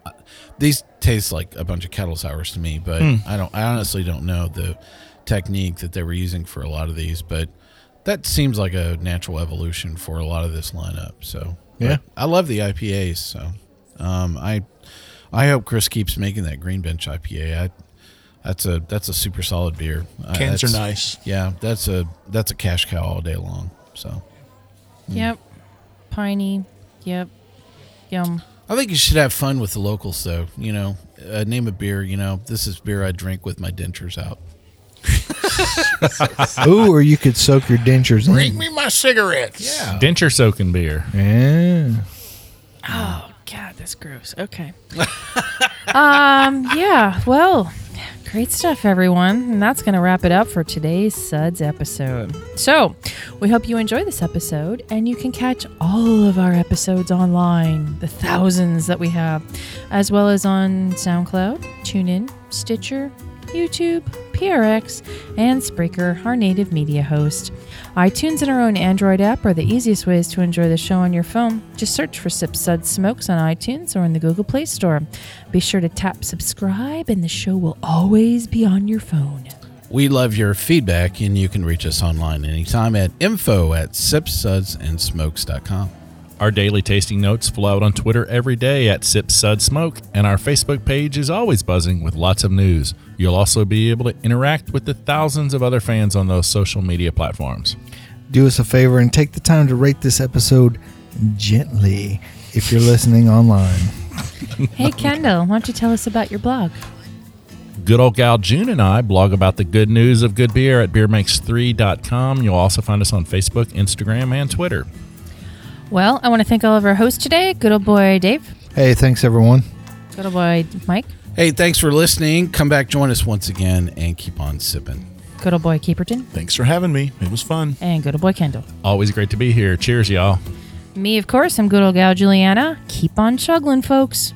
[SPEAKER 3] These taste like a bunch of kettle sours to me, but I don't. I honestly don't know the technique that they were using for a lot of these, but. That seems like a natural evolution for a lot of this lineup. So but
[SPEAKER 6] Yeah.
[SPEAKER 3] I love the IPAs. So um, I I hope Chris keeps making that Green Bench IPA. I, that's a that's a super solid beer. Uh,
[SPEAKER 5] Cans are
[SPEAKER 3] that's-
[SPEAKER 5] nice.
[SPEAKER 3] Yeah, that's a that's a cash cow all day long. So
[SPEAKER 2] Yep.
[SPEAKER 6] Hmm.
[SPEAKER 2] Piney. Yep. Yum.
[SPEAKER 3] I think you should have fun with the locals, though. You know, uh, name a beer. You know, this is beer I drink with my dentures out.
[SPEAKER 6] Ooh, or you could soak your dentures
[SPEAKER 5] Bring
[SPEAKER 6] in.
[SPEAKER 5] me my cigarettes.
[SPEAKER 3] Yeah.
[SPEAKER 4] Denture soaking beer.
[SPEAKER 6] Yeah.
[SPEAKER 2] God, that's gross. Okay. um, yeah, well, great stuff, everyone. And that's going to wrap it up for today's Suds episode. So, we hope you enjoy this episode, and you can catch all of our episodes online, the thousands that we have, as well as on SoundCloud, TuneIn, Stitcher, YouTube, PRX, and Spreaker, our native media host. iTunes and our own Android app are the easiest ways to enjoy the show on your phone. Just search for Sip Sud Smokes on iTunes or in the Google Play Store. Be sure to tap subscribe, and the show will always be on your phone.
[SPEAKER 3] We love your feedback, and you can reach us online anytime at info at sipsudsandsmokes.com.
[SPEAKER 4] Our daily tasting notes flow out on Twitter every day at Sip Sud Smoke, and our Facebook page is always buzzing with lots of news. You'll also be able to interact with the thousands of other fans on those social media platforms.
[SPEAKER 6] do us a favor and take the time to rate this episode gently if you're listening online.
[SPEAKER 2] Hey, Kendall, why don't you tell us about your blog?
[SPEAKER 4] Good old gal June and I blog about the good news of good beer at beermakes3.com. You'll also find us on Facebook, Instagram, and Twitter.
[SPEAKER 2] Well, I want to thank all of our hosts today. Good old boy Dave.
[SPEAKER 6] Hey, thanks everyone.
[SPEAKER 2] Good old boy Mike.
[SPEAKER 3] Hey, thanks for listening. Come back, join us once again, and keep on sipping.
[SPEAKER 2] Good old boy Keeperton.
[SPEAKER 5] Thanks for having me. It was fun.
[SPEAKER 2] And good old boy Kendall.
[SPEAKER 4] Always great to be here. Cheers, y'all.
[SPEAKER 2] Me, of course, I'm good old gal Juliana. Keep on chuggling, folks.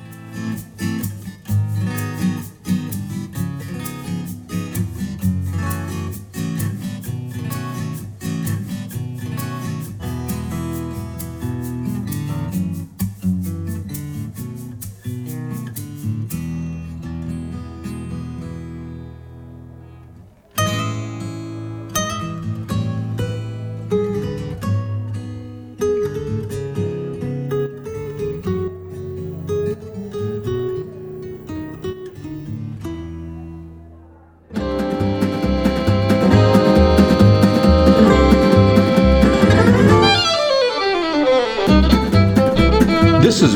[SPEAKER 1] This has